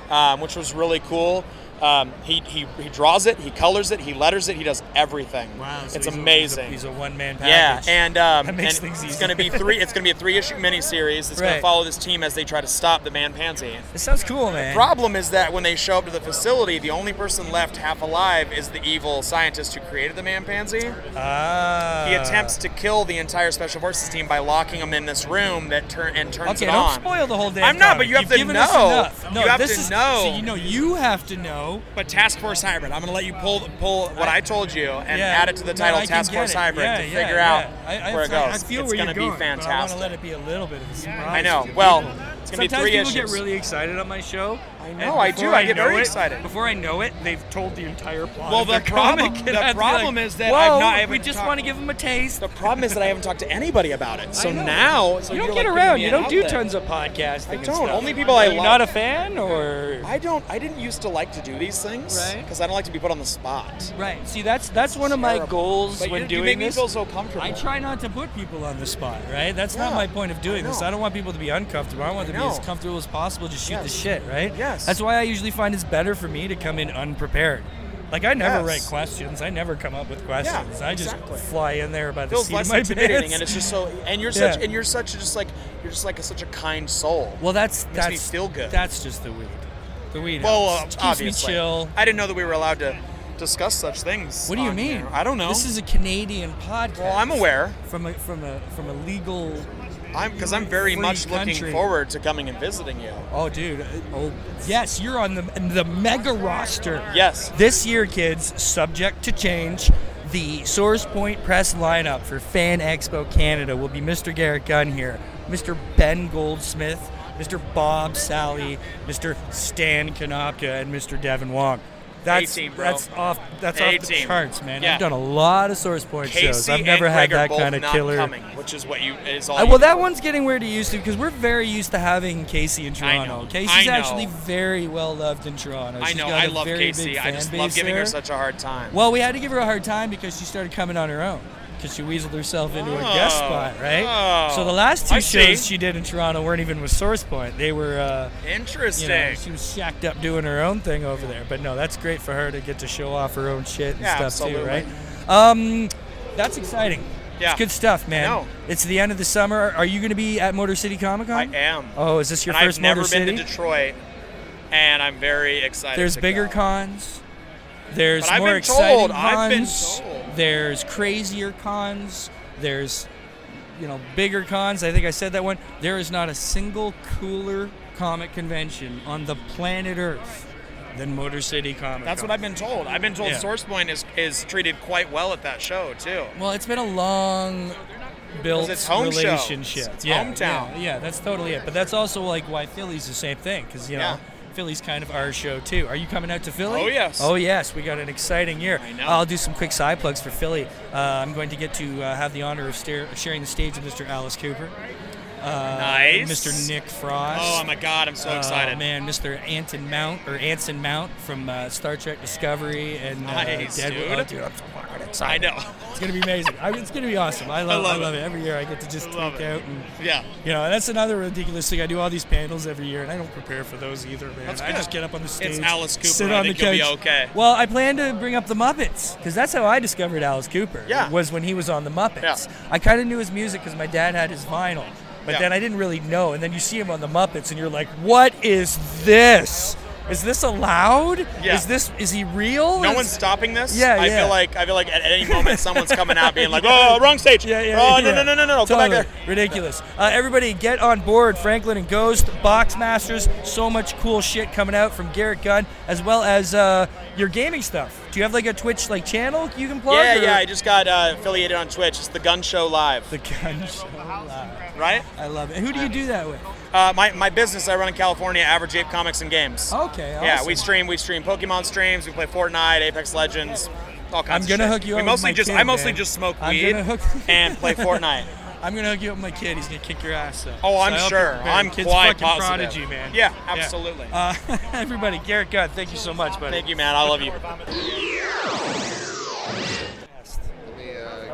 um, which was really cool. Um, he, he, he draws it, he colors it, he letters it, he does everything.
Wow, so he's
it's
a-
amazing.
he's a, he's a one-man
Yeah,
package.
and um,
That makes
and
things
it's
easy.
going to be three. It's going to be a three-issue miniseries. It's going
Right.
to follow this team as they try to stop the man pansy.
this sounds cool, man.
Problem is that when they show up to the facility, the only person left half alive is the evil scientist who created the man pansy.
Ah.
He attempts to kill the entire special forces team by locking them in this room that turn and turns
Okay,
it
don't
on.
spoil the whole day.
I'm not, but you have to know.
No,
You have
this
to
is,
know.
See, you know, you have to know.
But Task Force Hybrid, I'm going to let you pull pull what I told you and
Yeah,
add it to the
no,
title
I can
Task
get
Force
it.
Hybrid
Yeah,
to
yeah,
figure
yeah.
out
I, I,
where it goes.
I feel
it's
where
gonna
you're going,
be
But I want to
fantastic.
let it be a little bit of a surprise.
I know. Well, it's going to be
Sometimes
three
people
issues.
get really excited on my show. I
know, I do. I get very excited.
Before I know it, they've told the entire plot.
Well,
of
the
their
problem-
comic, and
the
I'd be like,
problem is that
Whoa,
I've not- I
we
haven't
just
talked-
want to give them a taste.
the problem is that I haven't talked to anybody about it. So
I know.
now, so
you
you're
don't
like
get
giving
around.
me
You
an
don't do
outlet.
tons of podcasting. and
don't.
stuff.
Only people I
Are you
like-
Not a fan, or
I don't. I didn't used to like to do these things
Right.
because I don't like to be put on the spot.
Right. See, that's that's one of my
Terrible.
goals
But
when
you,
doing
you make me
this.
feel so comfortable.
I try not to put people on the spot, right? That's not
Yeah,
my point of doing
I
this.
know.
I don't want people to be uncomfortable. I want them to
I
be as
know.
comfortable as possible. Just shoot the
Yes.
shit, right?
Yes.
That's why I usually find it's better for me to come in unprepared. Like I never
Yes.
write questions. I never come up with questions. I just
exactly.
fly in there by the
feels
seat of
less
my
intimidating,
pants.
and it's just so. And you're
Yeah.
such. And you're such. Just like you're just like a, such a kind soul.
well, that's
Makes me
that's
feel good.
That's just the weed. The weed.
well, uh,
helps. It keeps
obviously.
me chill.
I didn't know that we were allowed to discuss such things.
What do you
on
mean?
here. I don't know.
This is a Canadian podcast.
Well, I'm aware.
from a from a from a legal.
I'm because I'm very
Free
much
country.
looking forward to coming and visiting you.
Oh, dude. Oh, yes, you're on the the mega roster.
Yes.
This year, kids, subject to change, the Source Point Press lineup for Fan Expo Canada will be Mr. Garrett Gunn here, Mr. Ben Goldsmith, Mr. Bob Sally, Mr. Stan Kanopka, and Mr. Devin Wong. That's
A-team, bro.
that's off that's off the
A-team.
charts, man.
Yeah.
I've done a lot of Source Point shows.
Casey
I've never
and
had
Greg
that
are both
kind of
not
killer.
Coming, which is what you is all.
Uh,
you
well,
need.
that one's getting weird to used to because we're very used to having Casey in
I know.
Toronto.
I
Casey's
know.
actually very well loved in Toronto.
I
She's
know.
got
I
a
love
very big
Casey. I
fan
just love
base
giving
there.
her such a hard time.
Well, we had to give her a hard time because she started coming on her own because she weaseled herself into a guest
Oh,
spot, right?
oh,
so the last two
I see.
shows she did in Toronto weren't even with Source Point. They were, uh,
Interesting.
you know, she was shacked up doing her own thing over there. But no, that's great for her to get to show off her own shit and
Yeah,
stuff too,
absolutely.
right? Um, that's exciting.
Yeah.
It's good stuff, man.
I know.
It's the end of the summer. Are you going to be at Motor City Comic
I
Con?
am.
Oh, is this your
and
first
I've never
Motor
been
City?
to Detroit, and I'm very excited.
There's
to
bigger
go.
cons. There's
But I've
more
been
exciting
told,
cons.
I've been told.
There's crazier cons. There's you know bigger cons. I think I said that one. There is not a single cooler comic convention on the planet Earth than Motor City Comic.
That's what I've been told. I've been told
Yeah.
Sourcepoint is is treated quite well at that show too.
Well, it's been a long built
'Cause it's home show.
relationship.
It's
yeah,
hometown.
Yeah, yeah, that's totally it. But that's also like why Philly's the same thing because you know.
Yeah.
Philly's kind of our show too. Are you coming out to Philly?
Oh, yes.
Oh yes, we got an exciting year.
I know.
I'll do some quick side plugs for Philly. Uh, I'm going to get to uh, have the honor of stare- sharing the stage with Mr. Alice Cooper,
nice,
Mr. Uh, Nick Frost.
Oh my God, I'm so
Uh,
excited.
man, Mr. Anton Mount or Anson Mount from uh, Star Trek Discovery and uh,
Nice,
Deadwood.
dude.
Oh, dude, I'm so fucking
I
excited.
know.
It's gonna be amazing. I, it's gonna be awesome. I love, I love,
love
it.
it.
Every year I get to just tweak
love
out
it.
and
Yeah.
you know, and that's another ridiculous thing. I do all these panels every year, and I don't prepare for those either, man.
That's
I
good.
just get up on the stage,
It's Alice Cooper.
sit
I
on
think
the couch.
you'll be okay.
Well, I plan to bring up the Muppets because that's how I discovered Alice Cooper.
Yeah.
was when he was on the Muppets.
Yeah.
I kind of knew his music because my dad had his vinyl, but
Yeah.
then I didn't really know. And then you see him on the Muppets, and you're like, "What is this? Is this allowed?
Yeah.
Is this is he real?
No
Is-
one's stopping this.
Yeah,
I
yeah.
feel like I feel like at any moment someone's coming out being like, "Oh, wrong stage. oh, no, no, no, no, no, no. Go
Totally.
back there."
Ridiculous. Uh, everybody, get on board. Franklin and Ghost, Box Masters. So much cool shit coming out from Garrett Gunn, as well as uh, your gaming stuff. Do you have like a Twitch like channel you can plug?
Yeah,
or-
yeah. I just got uh, affiliated on Twitch. It's the Gun Show Live,
the Gunn Show Live.
right?
I love it. Who do you do that with?
Uh, my, my business I run in California, Average Ape Comics and Games.
Okay. Oh, Awesome.
Yeah, we stream we stream Pokemon streams. We play Fortnite, Apex Legends, all
I'm
kinds.
gonna
of shit.
hook you
We
up.
mostly
with my
just
kid,
I mostly
man.
just smoke
I'm
weed
Gonna hook,
and play Fortnite.
I'm gonna hook you up with my kid. He's gonna kick your ass. Though.
Oh, I'm
So I hope you're
sure.
prepared.
I'm
kid's
quite
fucking
positive.
prodigy, man.
Yeah, absolutely.
Uh, everybody, Garrett Gunn, thank you so much, buddy.
Thank you, man. I love you.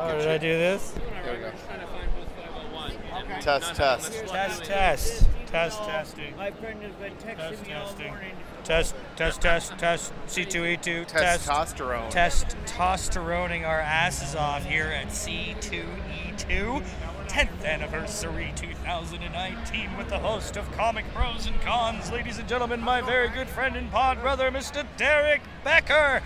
Oh, did I do this?
Test, test.
Test, test, test, testing.
My friend has been texting me all
Testing.
morning.
Test, test, test, test. C2E2. Test.
Testosterone.
Test. Testosteroning our asses off here at C2E2. 10th anniversary 2019 with the host of Comic Pros and Cons, ladies and gentlemen, my very good friend and pod brother, Mr. Derek Becker.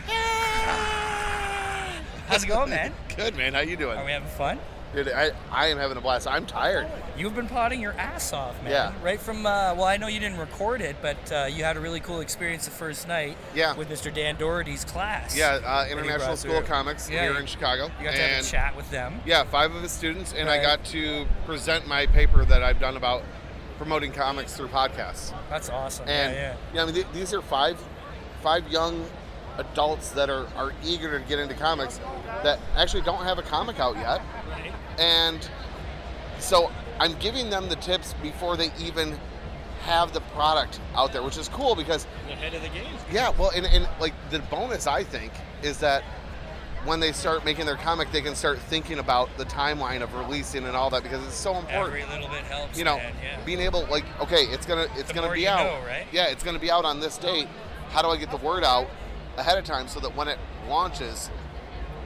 How's it going, man?
Good man, how you doing?
Are we having fun?
Dude, I, I am having a blast. I'm tired.
You've been potting your ass off, man.
Yeah.
Right from, uh, well, I know you didn't record it, but uh, you had a really cool experience the first night
Yeah.
with Mr. Dan Doherty's class.
Yeah, uh,
he
International
brought
School of
through.
Comics
Yeah,
here
you-
in Chicago.
You got to
and
have a chat with them.
Yeah, five of his students, and
Right.
I got to present my paper that I've done about promoting comics through podcasts.
That's awesome.
And
yeah,
I mean, th- these are five five young adults that are, are eager to get into comics that actually don't have a comic out yet. And so I'm giving them the tips before they even have the product out there, which is cool because
yeah. Ahead of the game.
yeah, well, and, and like the bonus I think is that when they start making their comic, they can start thinking about the timeline of releasing and all that because it's so important.
Every little bit helps.
you know,
man, yeah.
being able like okay, it's gonna it's
The
gonna
more
be
you
out.
know, right?
Yeah, it's gonna be out on this date. How do I get the word out ahead of time so that when it launches,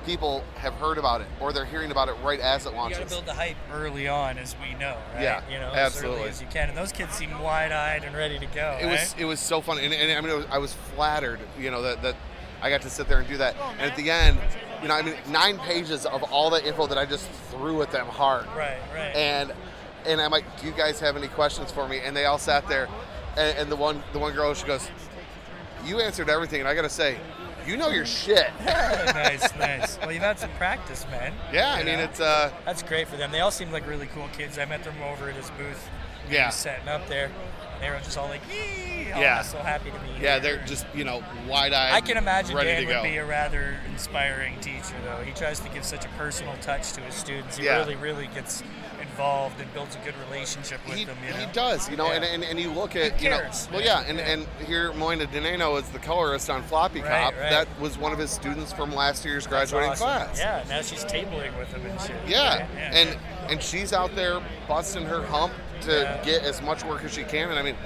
people have heard about it or they're hearing about it right as it
you got to
launches.
build the hype early on, as we know, right?
Yeah,
you know, as
absolutely.
early as you can. And those kids seem wide-eyed and ready to go.
it was it was so fun, and, and I mean, it was, I was flattered, you know, that, that I got to sit there and do that. And at the end, you know, I mean, nine pages of all the info that I just threw at them hard,
right, right. right.
and and I'm like, do you guys have any questions for me? And they all sat there, and, and the one the one girl she goes, you answered everything, and I gotta say, you know your shit.
nice, nice. Well, you've had some practice, man.
Yeah, I
You
mean,
know?
it's uh,
That's great for them. They all seem like really cool kids. I met them over at his booth. that
Yeah.
He was setting up there. And they were just all like, "Yee!" Oh,
Yeah.
I'm so happy to be here.
yeah, they're just you know wide eyed.
I can imagine
ready
Dan
to go.
would be a rather inspiring teacher, though. He tries to give such a personal touch to his students. He
Yeah.
really, really gets involved and builds a good relationship with
he,
them. You know?
he does, you know,
Yeah.
and, and, and you look at,
He
you know,
cares,
well,
man.
yeah, and, and here Moyna Denano is the colorist on Floppy
Right,
Cop.
right.
That was one of his students from last year's
That's
graduating
awesome.
class.
Yeah, now she's tabling with him and shit.
Yeah,
yeah.
and and she's out there busting her hump to
Yeah.
get as much work as she can. And I mean,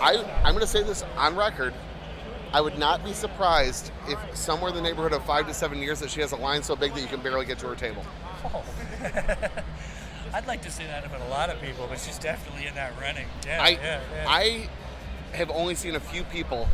I I'm gonna say this on record. I would not be surprised if somewhere in the neighborhood of five to seven years that she has a line so big that you can barely get to her table.
Oh. I'd like to say that about a lot of people, but she's definitely in that running. Yeah,
I
yeah, yeah.
I have only seen a few people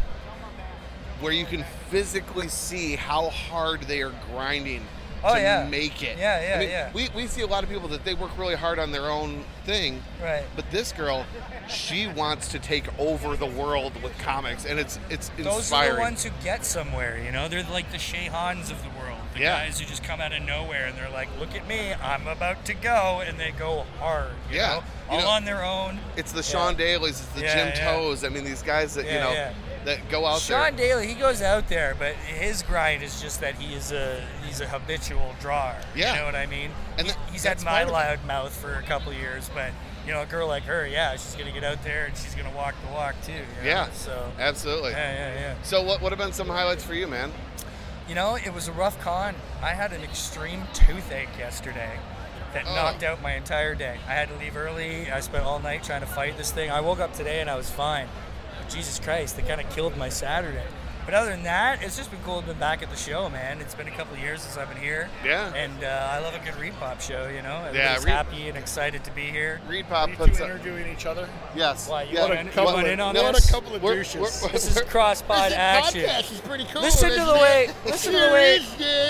where you can physically see how hard they are grinding
Oh,
to
yeah.
make it.
Yeah, yeah,
I mean,
yeah.
We, we see a lot of people that they work really hard on their own thing.
Right.
But this girl, she wants to take over the world with comics, and it's it's inspiring.
Those are the ones who get somewhere, you know? They're like the Shehans of the world. The
Yeah.
guys who just come out of nowhere and they're like, look at me, I'm about to go. And they go hard, you
Yeah.
know?
You
All
know-
on their own.
It's the Sean Daly's, it's the
Yeah,
Jim
yeah.
Toes. I mean, these guys that you
Yeah,
know
yeah.
that go out
Sean
there.
Daly, he goes out there, but his grind is just that he is a he's a habitual drawer.
Yeah.
You know what I mean?
And
he's,
tha-
he's had
that's
my
part of it.
loud mouth for a couple of years, but you know, a girl like her, yeah, she's gonna get out there and she's gonna walk the walk too. you know?
yeah.
So
Absolutely.
yeah, yeah, yeah.
So what would have been some highlights for you, man?
You know, it was a rough con. I had an extreme toothache yesterday that
Oh.
knocked out my entire day. I had to leave early. I spent all night trying to fight this thing. I woke up today and I was fine. But Jesus Christ, that kind of killed my Saturday. But other than that, it's just been cool to be back at the show, man. It's been a couple of years since I've been here.
Yeah.
And uh, I love a good repop show, you know? Everybody's
Re-
happy and excited to be here.
Reed Pop
You
puts
two
up.
interviewing each other.
Yes.
Why, you
yeah.
wanna- you wanna in on
no,
What
this?
a couple of
We're-
douches.
we're-
This is cross-pod action.
is pretty cool.
Listen to the way. Listen to the way.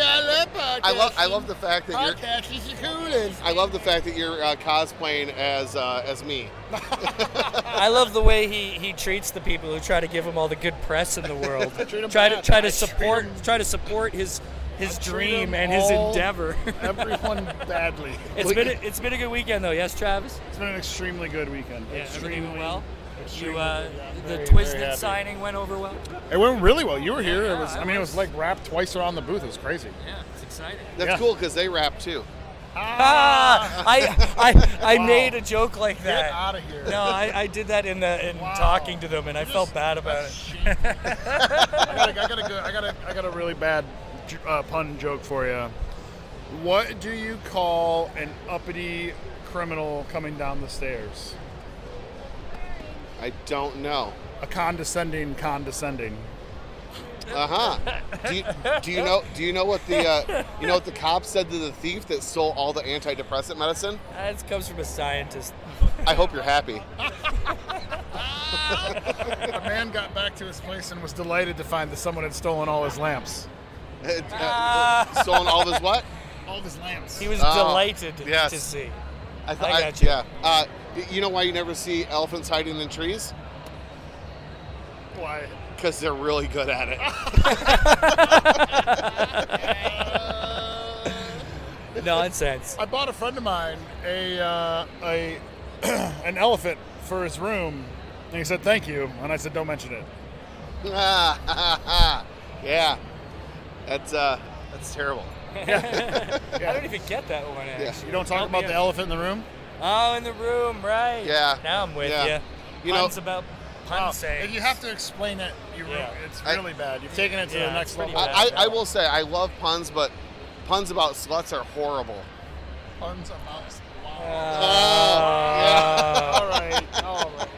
I love podcasts.
I love I love the fact that you're
Podcast is the coolest.
I love the fact that you're uh, cosplaying as uh, as me.
I love the way he, he treats the people who try to give him all the good press in the world.
Treat 'em
try to
bad.
try to
I
support
treat 'em-
try to support his his dream
Treat 'em
and his
all-
endeavor.
everyone badly.
it's been a, it's been a good weekend though. Yes, Travis.
It's been an extremely good weekend.
Yeah, everything went
Extremely-
well. You
extremely
uh,
good. I'm
the
very, very
Twisted
happy.
signing went over well.
It went really well. You were here.
yeah,
it was.
I
I mean, it was
was.
like wrapped twice around the booth. It was crazy.
Yeah, it's exciting.
That's
Yeah.
cool because they rap too.
Ah, I I, I
Wow.
made a joke like that.
outta here.
No, I, I did that in the in
Wow.
talking to them and I felt bad about it.
I got, a, I got a good. I got a. I got a really bad j- uh, pun joke for you. What do you call an uppity criminal coming down the stairs?
I don't know.
A condescending, condescending.
Uh huh. Do you, do you know Do you know what the uh, you know what the cop said to the thief that stole all the antidepressant medicine?
That comes from a scientist.
I hope you're happy.
A man got back to his place and was delighted to find that someone had stolen all his lamps. Ah.
Uh, Stolen all of his what?
All of his lamps.
He was
Oh,
delighted
yes.
to see. I
I, I-
gotcha.
Yeah. Uh, y- you know why you never see elephants hiding in trees?
Why?
Because they're really good at it.
Nonsense.
I bought a friend of mine a uh, a an elephant for his room, and he said thank you, and I said don't mention it.
yeah. That's uh, that's terrible.
I don't even get that one. Actually.
You don't talk
Help
about
me
the
out.
elephant in the room.
Oh, in the room, right?
Yeah.
Now I'm with
Yeah.
you.
You know-
Puns about pun saying.
you have to explain it. You
Yeah.
it's
I-
really bad. You've taken it to
Yeah,
the
it's
next
pretty
level.
bad.
I, I, I will say I love puns, but puns about sluts are horrible.
Puns amongst.
Oh,
All right,
Oh,
all right.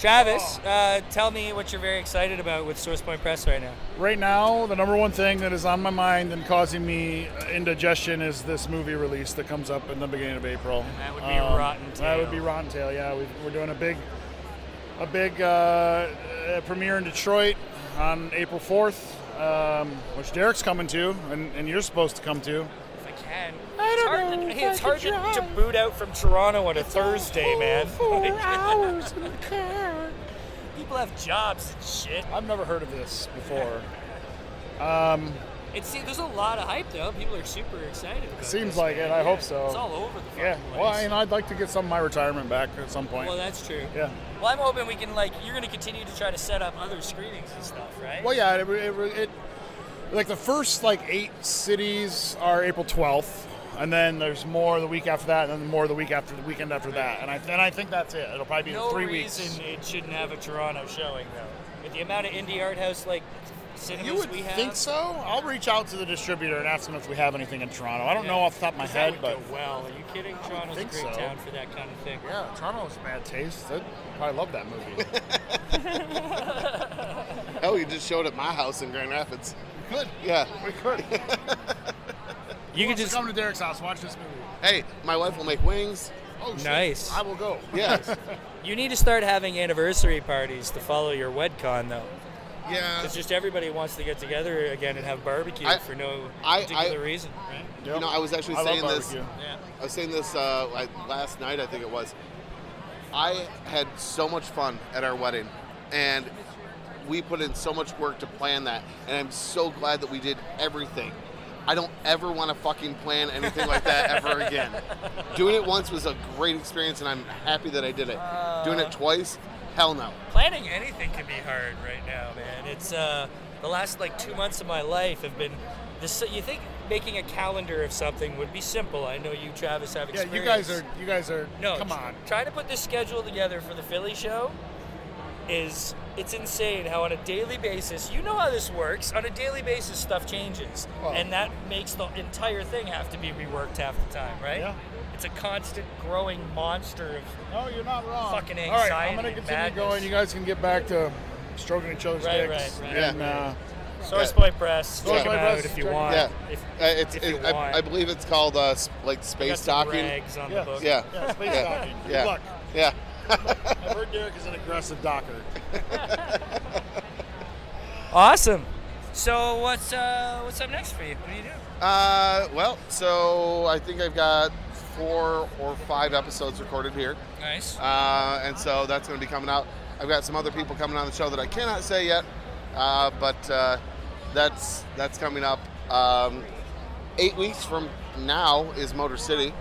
Travis, uh, tell me what you're very excited about with Source Point Press right now.
Right now, the number one thing that is on my mind and causing me indigestion is this movie release that comes up in the beginning of April. Um,
That would be Rotten
That would
Tail.
be Rotten Tail. Yeah, we, we're doing a big, a big uh, uh, premiere in Detroit on April 4th, um, which Derek's coming to, and, and you're supposed to come to.
If I can. I don't it's hard, to, hey, it's hard to, to boot out from Toronto on a Thursday, man. Four hours in the car. People have jobs and shit.
I've never heard of this before.
It's, see, there's a lot of hype though. People are super excited. About
Seems
this,
like
man.
it. I
Yeah.
hope so.
It's all over the fucking
Yeah.
place.
Well, and I'd like to get some of my retirement back at some point.
Well, that's true.
Yeah.
Well, I'm hoping we can like you're gonna continue to try to set up other screenings and stuff, right?
Well, yeah, it, it, it like the first like eight cities are April twelfth, and then there's more the week after that, and then more the week after the weekend after that, and I and I think that's it. It'll probably be
no
three
reason it
weeks.
shouldn't have a Toronto showing though. With the amount of indie art house like cinemas
You would
we have,
think so? I'll reach out to the distributor and ask them if we have anything in Toronto. I don't know off the top of my
that
head,
would
but
go well. Are you kidding? Toronto's a
think
great
so.
town for that kind of thing.
yeah, Toronto's bad taste. I'd probably love that movie.
Hell, you just showed at my house in Grand Rapids.
Good.
Yeah.
We could.
You could
Just come to Derek's house, watch this movie.
Hey, my wife will make wings.
Oh, shit.
Nice.
I will go.
Yes.
You need to start having anniversary parties to follow your WedCon though.
Yeah.
It's just everybody wants to get together again and have barbecue
I-
for no
I- I-
particular reason. Right?
You know, I was actually
I love
saying this.
barbecue.
Yeah.
I was saying this uh, like, last night, I think it was. I had so much fun at our wedding, and we put in so much work to plan that, and I'm so glad that we did everything. I don't ever want to fucking plan anything like that ever again. Doing it once was a great experience, and I'm happy that I did it. Doing it twice, hell no.
planning anything can be hard right now, man. It's uh, the last like two months of my life have been this. You think making a calendar of something would be simple? I know you, Travis, have
Yeah,
experience.
you guys are. You guys are.
No,
come
tr-
on.
Trying to put this schedule together for the Philly show is it's insane how on a daily basis you know how this works on a daily basis stuff changes
Well-
and that makes the entire thing have to be reworked half the time right
Yeah.
it's a constant growing monster of
No, you're not wrong.
Fucking
All right, I'm
anxiety
gonna
and
continue
madness.
going. You guys can get back to stroking each other's
Right,
dicks.
right, right.
And, uh,
source
Yeah.
boy press
Source
check
Boy
'em out
Press,
if you
check 'em
want
Yeah.
if,
Uh, it's,
if you
it- I,
want.
I believe it's called uh, sp- like
I got
space
some
docking.
rags on
Yeah.
the book.
Yeah.
yeah, space
Yeah.
docking. Good
Yeah.
luck.
Yeah.
I've heard Derek is an aggressive docker.
awesome so what's uh what's up next for you what do you do
Uh, well, so I think I've got four or five episodes recorded here,
nice
uh, and so that's going to be coming out. I've got some other people coming on the show that I cannot say yet, uh, but uh, that's that's coming up. Um, eight weeks from now is Motor City.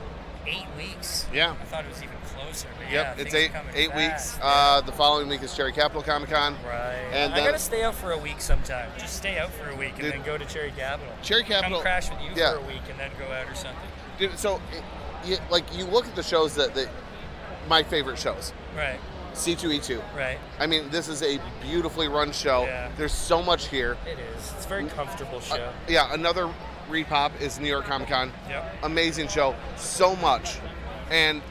eight weeks
Yeah.
i thought it was even closer but
Yep,
yeah,
it's
things
eight
are coming
eight
fast.
weeks. Uh, the following week is Cherry Capital Comic Con.
Right.
And
I
then-
gotta stay out for a week sometime. Just stay out for a week and
Dude.
then go to Cherry Capital.
Cherry Capital-
Come crash with you
yeah.
for a week and then go out or something.
Dude, so, it, you, like, you look at the shows that, that my favorite shows,
Right.
C2E2.
Right.
I mean, this is a beautifully run show.
Yeah.
There's so much here.
It is. It's a very comfortable show.
Uh, yeah, another repop is New York Comic Con.
Yep.
Amazing show. So much. And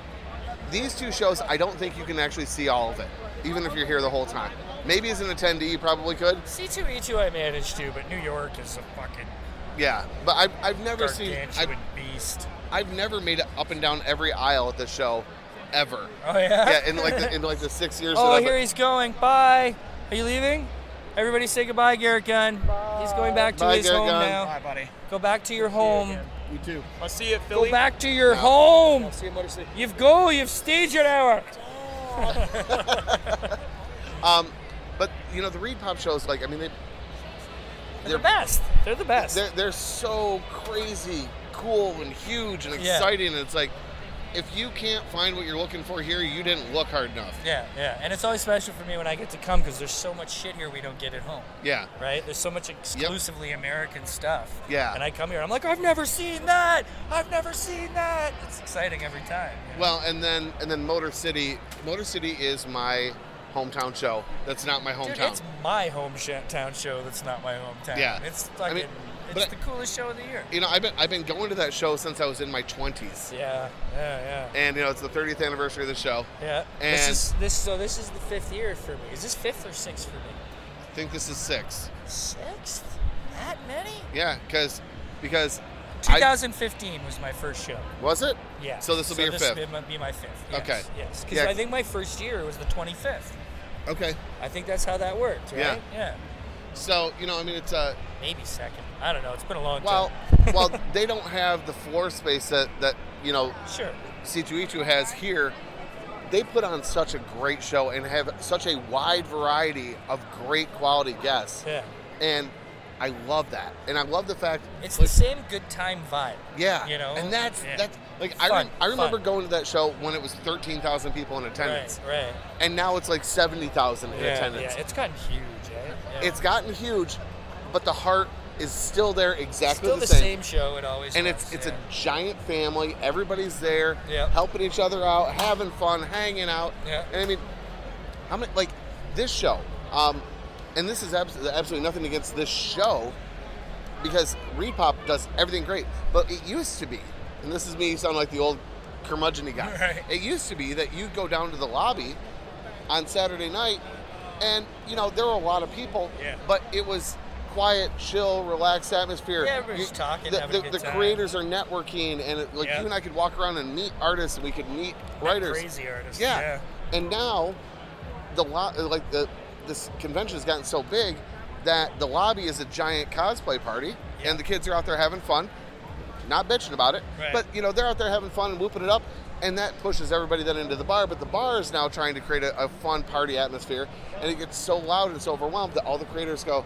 these two shows, I don't think you can actually see all of it, even if you're here the whole time. Maybe as an attendee, you probably could.
C2E2 E I managed to, but New York is a fucking
Yeah, but I've, I've never seen. I've,
gargantuan beast.
I've never made it up and down every aisle at this show, ever.
Oh yeah.
Yeah, in like the, in like the six years. that
oh,
I've
here he's going. Bye. Are you leaving? Everybody say goodbye, Garrett Gunn. He's going back to
Bye,
his
Garrett
home
Gunn.
now.
Bye, buddy.
Go back to your home.
You too.
I'll see you at
Go
Philly.
back to your home.
I'll see you at Motor City.
You've go. You've staged an hour.
Um, but you know the Reed Pop shows, like I mean, they
They're the best. They're the best.
they're, they're so crazy cool and huge and
Yeah.
exciting and it's like if you can't find what you're looking for here you didn't look hard enough
Yeah, yeah, and it's always special for me when I get to come because there's so much shit here we don't get at home,
yeah
right? There's so much exclusively American stuff.
Yeah.
And I come here, I'm like, I've never seen that. I've never seen that. It's exciting every time.
well and then and then motor city motor city is my hometown show that's not my
Dude,
hometown
it's my hometown show that's not my hometown.
Yeah.
It's
I
fucking.
mean,
it's
but-
the coolest show of the year.
you know I've been, I've been going to that show since i was in my 20s
Yeah, yeah, yeah,
and you know it's the 30th anniversary of the show
yeah. this
And-
is this. So this is the fifth year for me. Is this fifth or sixth for me?
i think this is six
Sixth? That many?
yeah because because I,
2015 was my first show.
was it
Yeah.
so this will be your
this
fifth
might be my fifth. Yes,
Okay.
Yes, because
Yeah.
I think my first year was the 25th.
okay
I think that's how that worked, right?
Yeah.
Yeah.
so you know i mean it's uh
Maybe second. I don't know. It's been a long
Well,
time.
well, they don't have the floor space that that you know
Sure.
C2E2 has here. They put on such a great show and have such a wide variety of great quality guests,
Yeah.
and I love that. And I love the fact,
It's the same good time vibe.
yeah,
You know.
and that's
Yeah.
that's like I,
Fun,
rem- I remember
fun.
going to that show when it was thirteen thousand people in attendance,
Right. Right.
and now it's like seventy thousand in
yeah,
attendance.
yeah. It's gotten huge. Right? Yeah.
It's gotten huge, but the heart is still there, exactly
still the same show. It always.
and
was,
it's it's
yeah.
a giant family. Everybody's there,
Yep.
helping each other out, having fun, hanging out.
Yeah.
And I mean, how many like this show? Um, and this is abs- absolutely nothing against this show, because Repop does everything great. But it used to be, and this is me sounding like the old curmudgeon guy.
Right.
It used to be that you go down to the lobby on Saturday night, and you know there were a lot of people,
Yeah.
but it was quiet, chill, relaxed atmosphere.
Yeah, everybody's
You-
talking,
The,
having a
the-
good
the
time.
creators are networking, and it, like
Yeah.
you and I could walk around and meet artists, and we could meet writers.
Crazy artist.
Yeah. And now, the lot like the this convention has gotten so big that the lobby is a giant cosplay party and the kids are out there having fun, not bitching about it,
Right.
but you know they're out there having fun and whooping it up, and that pushes everybody then into the bar. But the bar is now trying to create a, a fun party atmosphere, and it gets so loud and so overwhelmed that all the creators go,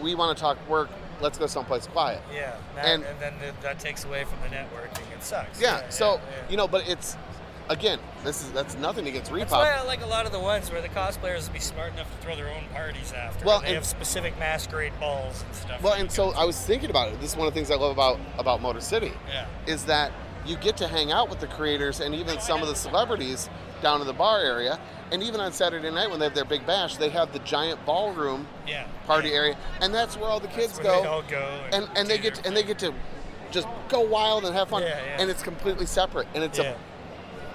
"We want to talk work. Let's go someplace quiet."
Yeah,
that- And-
then that takes away from the networking. It sucks.
Yeah. so you know, but it's again, this is that's nothing against Repop.
That's why I like a lot of the ones where the cosplayers would be smart enough to throw their own parties after.
Well,
Well, they
and-
have specific masquerade balls and stuff.
Well, and so I was thinking about it. This is one of the things I love about about Motor City.
Yeah.
Is that you get to hang out with the creators and even some of the celebrities down in the bar area. And even on Saturday night when they have their big bash, they have the giant ballroom
Yeah.
party area, and that's where all the kids
where
go.
they all go and
and, and they
do
get
their
and they get to just go wild and have fun.
Yeah, yeah.
And it's completely separate. And it's
Yeah.
a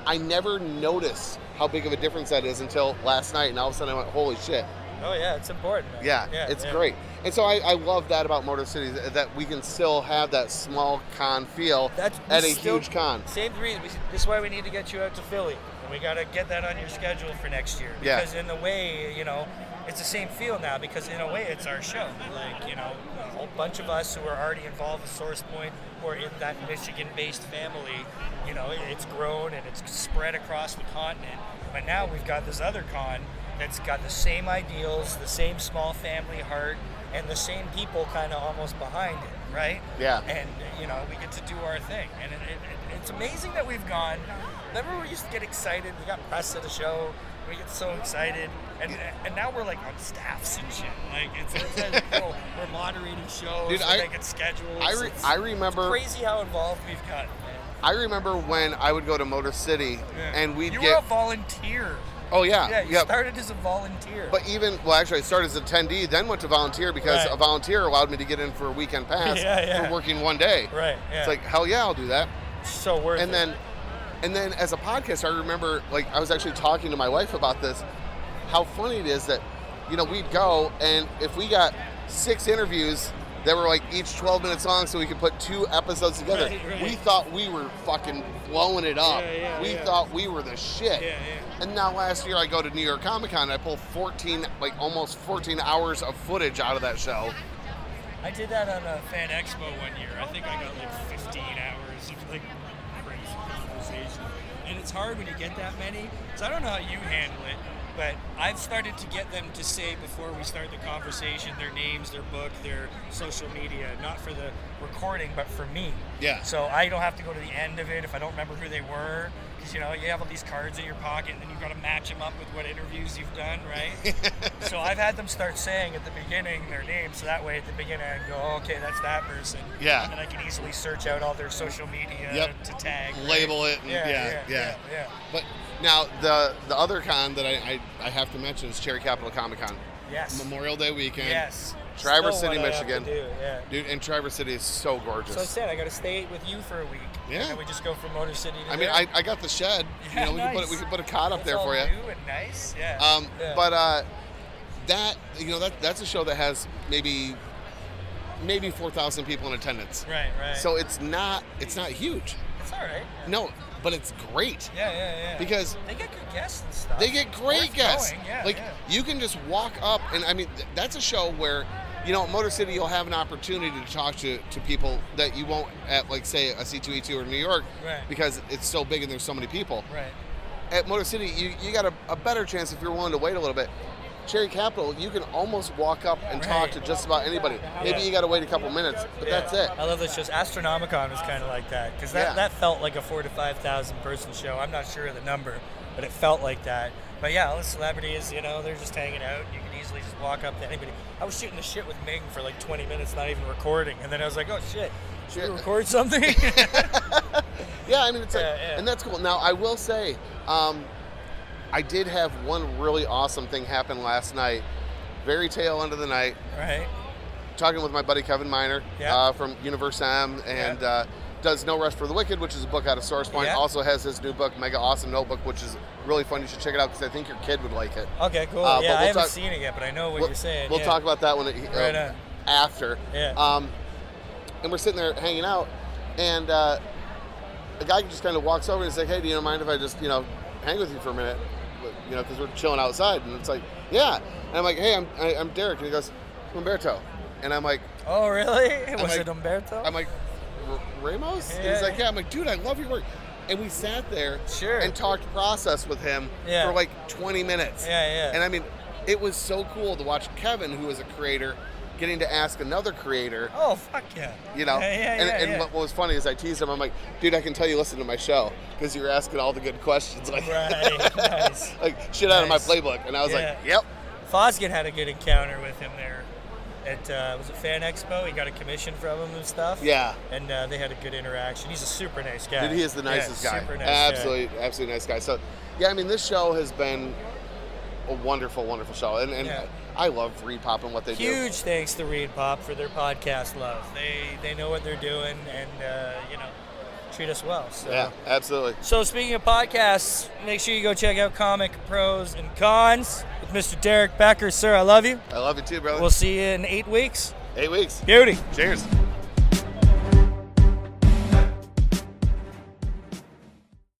I never noticed how big of a difference that is until last night, and all of a sudden I went, "Holy shit!"
Oh yeah, it's important. man.
Yeah, it's great. And so I, I love that about Motor City th- that we can still have that small con feel
That's we
at a
still-
huge con.
Same reason. we- This is why we need to get you out to Philly, and we got to get that on your schedule for next year.
Yeah.
Because in a way, you know, it's the same feel now. Because in a way, it's our show. Like you know, a whole bunch of us who are already involved with Source Point, who are in that Michigan-based family. You know, it- it's grown and it's spread across the continent. But now we've got this other con that's got the same ideals, the same small family heart, and the same people kind of almost behind it, right?
Yeah.
and you know we get to do our thing and it, it, it, it's amazing that we've gone remember we used to get excited we got press at the show we get so excited and and now we're like on staffs and shit like it's, it's like, you know, we're moderating shows
Dude,
we're
I-
making schedules
I re-
It's-
I
it's
remember
crazy how involved we've gotten man.
I remember when I would go to Motor City and we'd
you were a
get
volunteer
oh yeah
yeah you
yep.
started as a volunteer
But even well, actually, I started as an attendee, then went to volunteer because
Right.
a volunteer allowed me to get in for a weekend pass
Yeah, yeah.
for working one day.
Right, yeah.
It's like hell yeah, I'll do that.
so worth
and
it.
then and then as a podcast i remember like i was actually talking to my wife about this how funny it is that you know we'd go and if we got six interviews that were like each 12 minutes long so we could put two episodes together
Right, right.
we thought we were fucking blowing it up
Yeah, yeah,
we
yeah.
thought we were the shit
Yeah, yeah.
and now last year i go to new york comic-con and i pull 14 like almost 14 hours of footage out of that show
I did that on a fan expo one year. I think I got like 15 hours of like crazy conversation. And it's hard when you get that many. So I don't know how you handle it, but I've started to get them to say before we start the conversation their names, their book, their social media, not for the recording, but for me.
Yeah.
So I don't have to go to the end of it if I don't remember who they were. Because you know you have all these cards in your pocket, and then you've got to match them up with what interviews you've done, right? so I've had them start saying at the beginning their name, so that way at the beginning I can go, "Oh, okay, that's that person.
Yeah.
And I can easily search out all their social media
Yep.
to tag, right?
label it and
Yeah, yeah,
yeah.
yeah, yeah.
But now the the other con that I, I, I have to mention is Cherry Capital Comic Con.
Yes.
Memorial Day weekend.
Yes.
Traverse
Still
City,
what I have to
Michigan.
do, yeah.
Dude, and Traverse City is so gorgeous.
So I said I got to stay with you for a week.
Yeah.
And then we just go from Motor City. to
I mean,
there.
I, I got the shed.
Yeah,
you know, we can put
nice.
it, we can put a cot up
That's
there
all
for you.
New and nice. Yeah.
Um,
Yeah.
But uh, that you know that that's a show that has maybe maybe four thousand people in attendance.
right, right.
So it's not it's not huge.
it's all right.
No, but it's great.
Yeah, yeah, yeah.
Because-
they get good guests and stuff.
They get great
Worth
guests.
going, Yeah,
like
yeah.
you can just walk up, and I mean th- that's a show where, you know, at Motor City you'll have an opportunity to talk to, to people that you won't at like say a C two E two or New York,
Right.
because it's so big and there's so many people.
right.
At Motor City, you, you got a, a better chance if you're willing to wait a little bit. Cherry Capital, you can almost walk up and talk
Right.
to just about anybody. Maybe
Yeah.
you got to wait a couple minutes, but
Yeah.
that's it.
I love those shows. Astronomicon was kind of like that because that,
Yeah.
that felt like a four to five thousand person show. I'm not sure of the number, but it felt like that. But yeah, all the celebrities, you know, they're just hanging out. You can easily just walk up to anybody. I was shooting the shit with Ming for like 20 minutes, not even recording, and then I was like, oh shit, should
Yeah.
we record something?
Yeah, I mean, it's like,
Yeah, yeah.
and that's cool. Now, I will say, um, I did have one really awesome thing happen last night, very tail end of the night,
right.
talking with my buddy Kevin Miner
Yeah.
uh, from Universe M and
Yeah.
uh, does No Rest for the Wicked, which is a book out of Source Point.
Yeah.
Also has his new book, Mega Awesome Notebook, which is really fun. You should check it out because I think your kid would like it.
Okay, cool.
Uh, but
yeah,
we'll
I haven't
talk-
seen it yet, but I know what
we'll,
you're saying.
we'll
yeah.
talk about that when it, uh,
Right on.
after.
Yeah.
Um, and we're sitting there hanging out, and uh, a guy just kind of walks over and is like, "Hey, do you mind if I just you know hang with you for a minute? You know, because we're chilling outside." And it's like, "Yeah." And I'm like, "Hey, I'm I, I'm Derek," and he goes, Umberto. And I'm like,
Oh, really? Was
like-
it Umberto?
I'm like, "R- Ramos? And
Yeah.
he's like, yeah. I'm like, dude, I love your work. And we sat there
Sure.
and talked process with him
Yeah.
for like 20 minutes.
Yeah, yeah.
And I mean, it was so cool to watch Kevin, who is a creator, getting to ask another creator,
oh, fuck yeah.
you know?
Yeah, yeah,
and
yeah,
and
yeah.
what was funny is I teased him. I'm like, dude, I can tell you listen to my show because you're asking all the good questions. Like,
Right. nice.
like shit out of my
Nice.
playbook. And I was like,
Yeah.
yep.
Fosgate had a good encounter with him there at uh, was it Fan Expo. He got a commission from him and stuff.
Yeah.
And uh, they had a good interaction. He's a super nice guy.
Dude, he is the
Yeah,
nicest guy.
Super nice.
absolutely, absolutely nice guy. So, yeah, I mean, this show has been a wonderful, wonderful show, and, and
Yeah.
I love Repop and what they
Guy. Huge thanks to Reed Pop for their podcast love. They they know what they're doing and uh, you know treat us well. So.
do. Yeah, absolutely.
So speaking of podcasts, make sure you go check out Comic Pros and Cons with Mr. Derek Becker. Sir, I love you.
I love you too, brother.
We'll see you in eight weeks.
Eight weeks.
Beauty.
Cheers.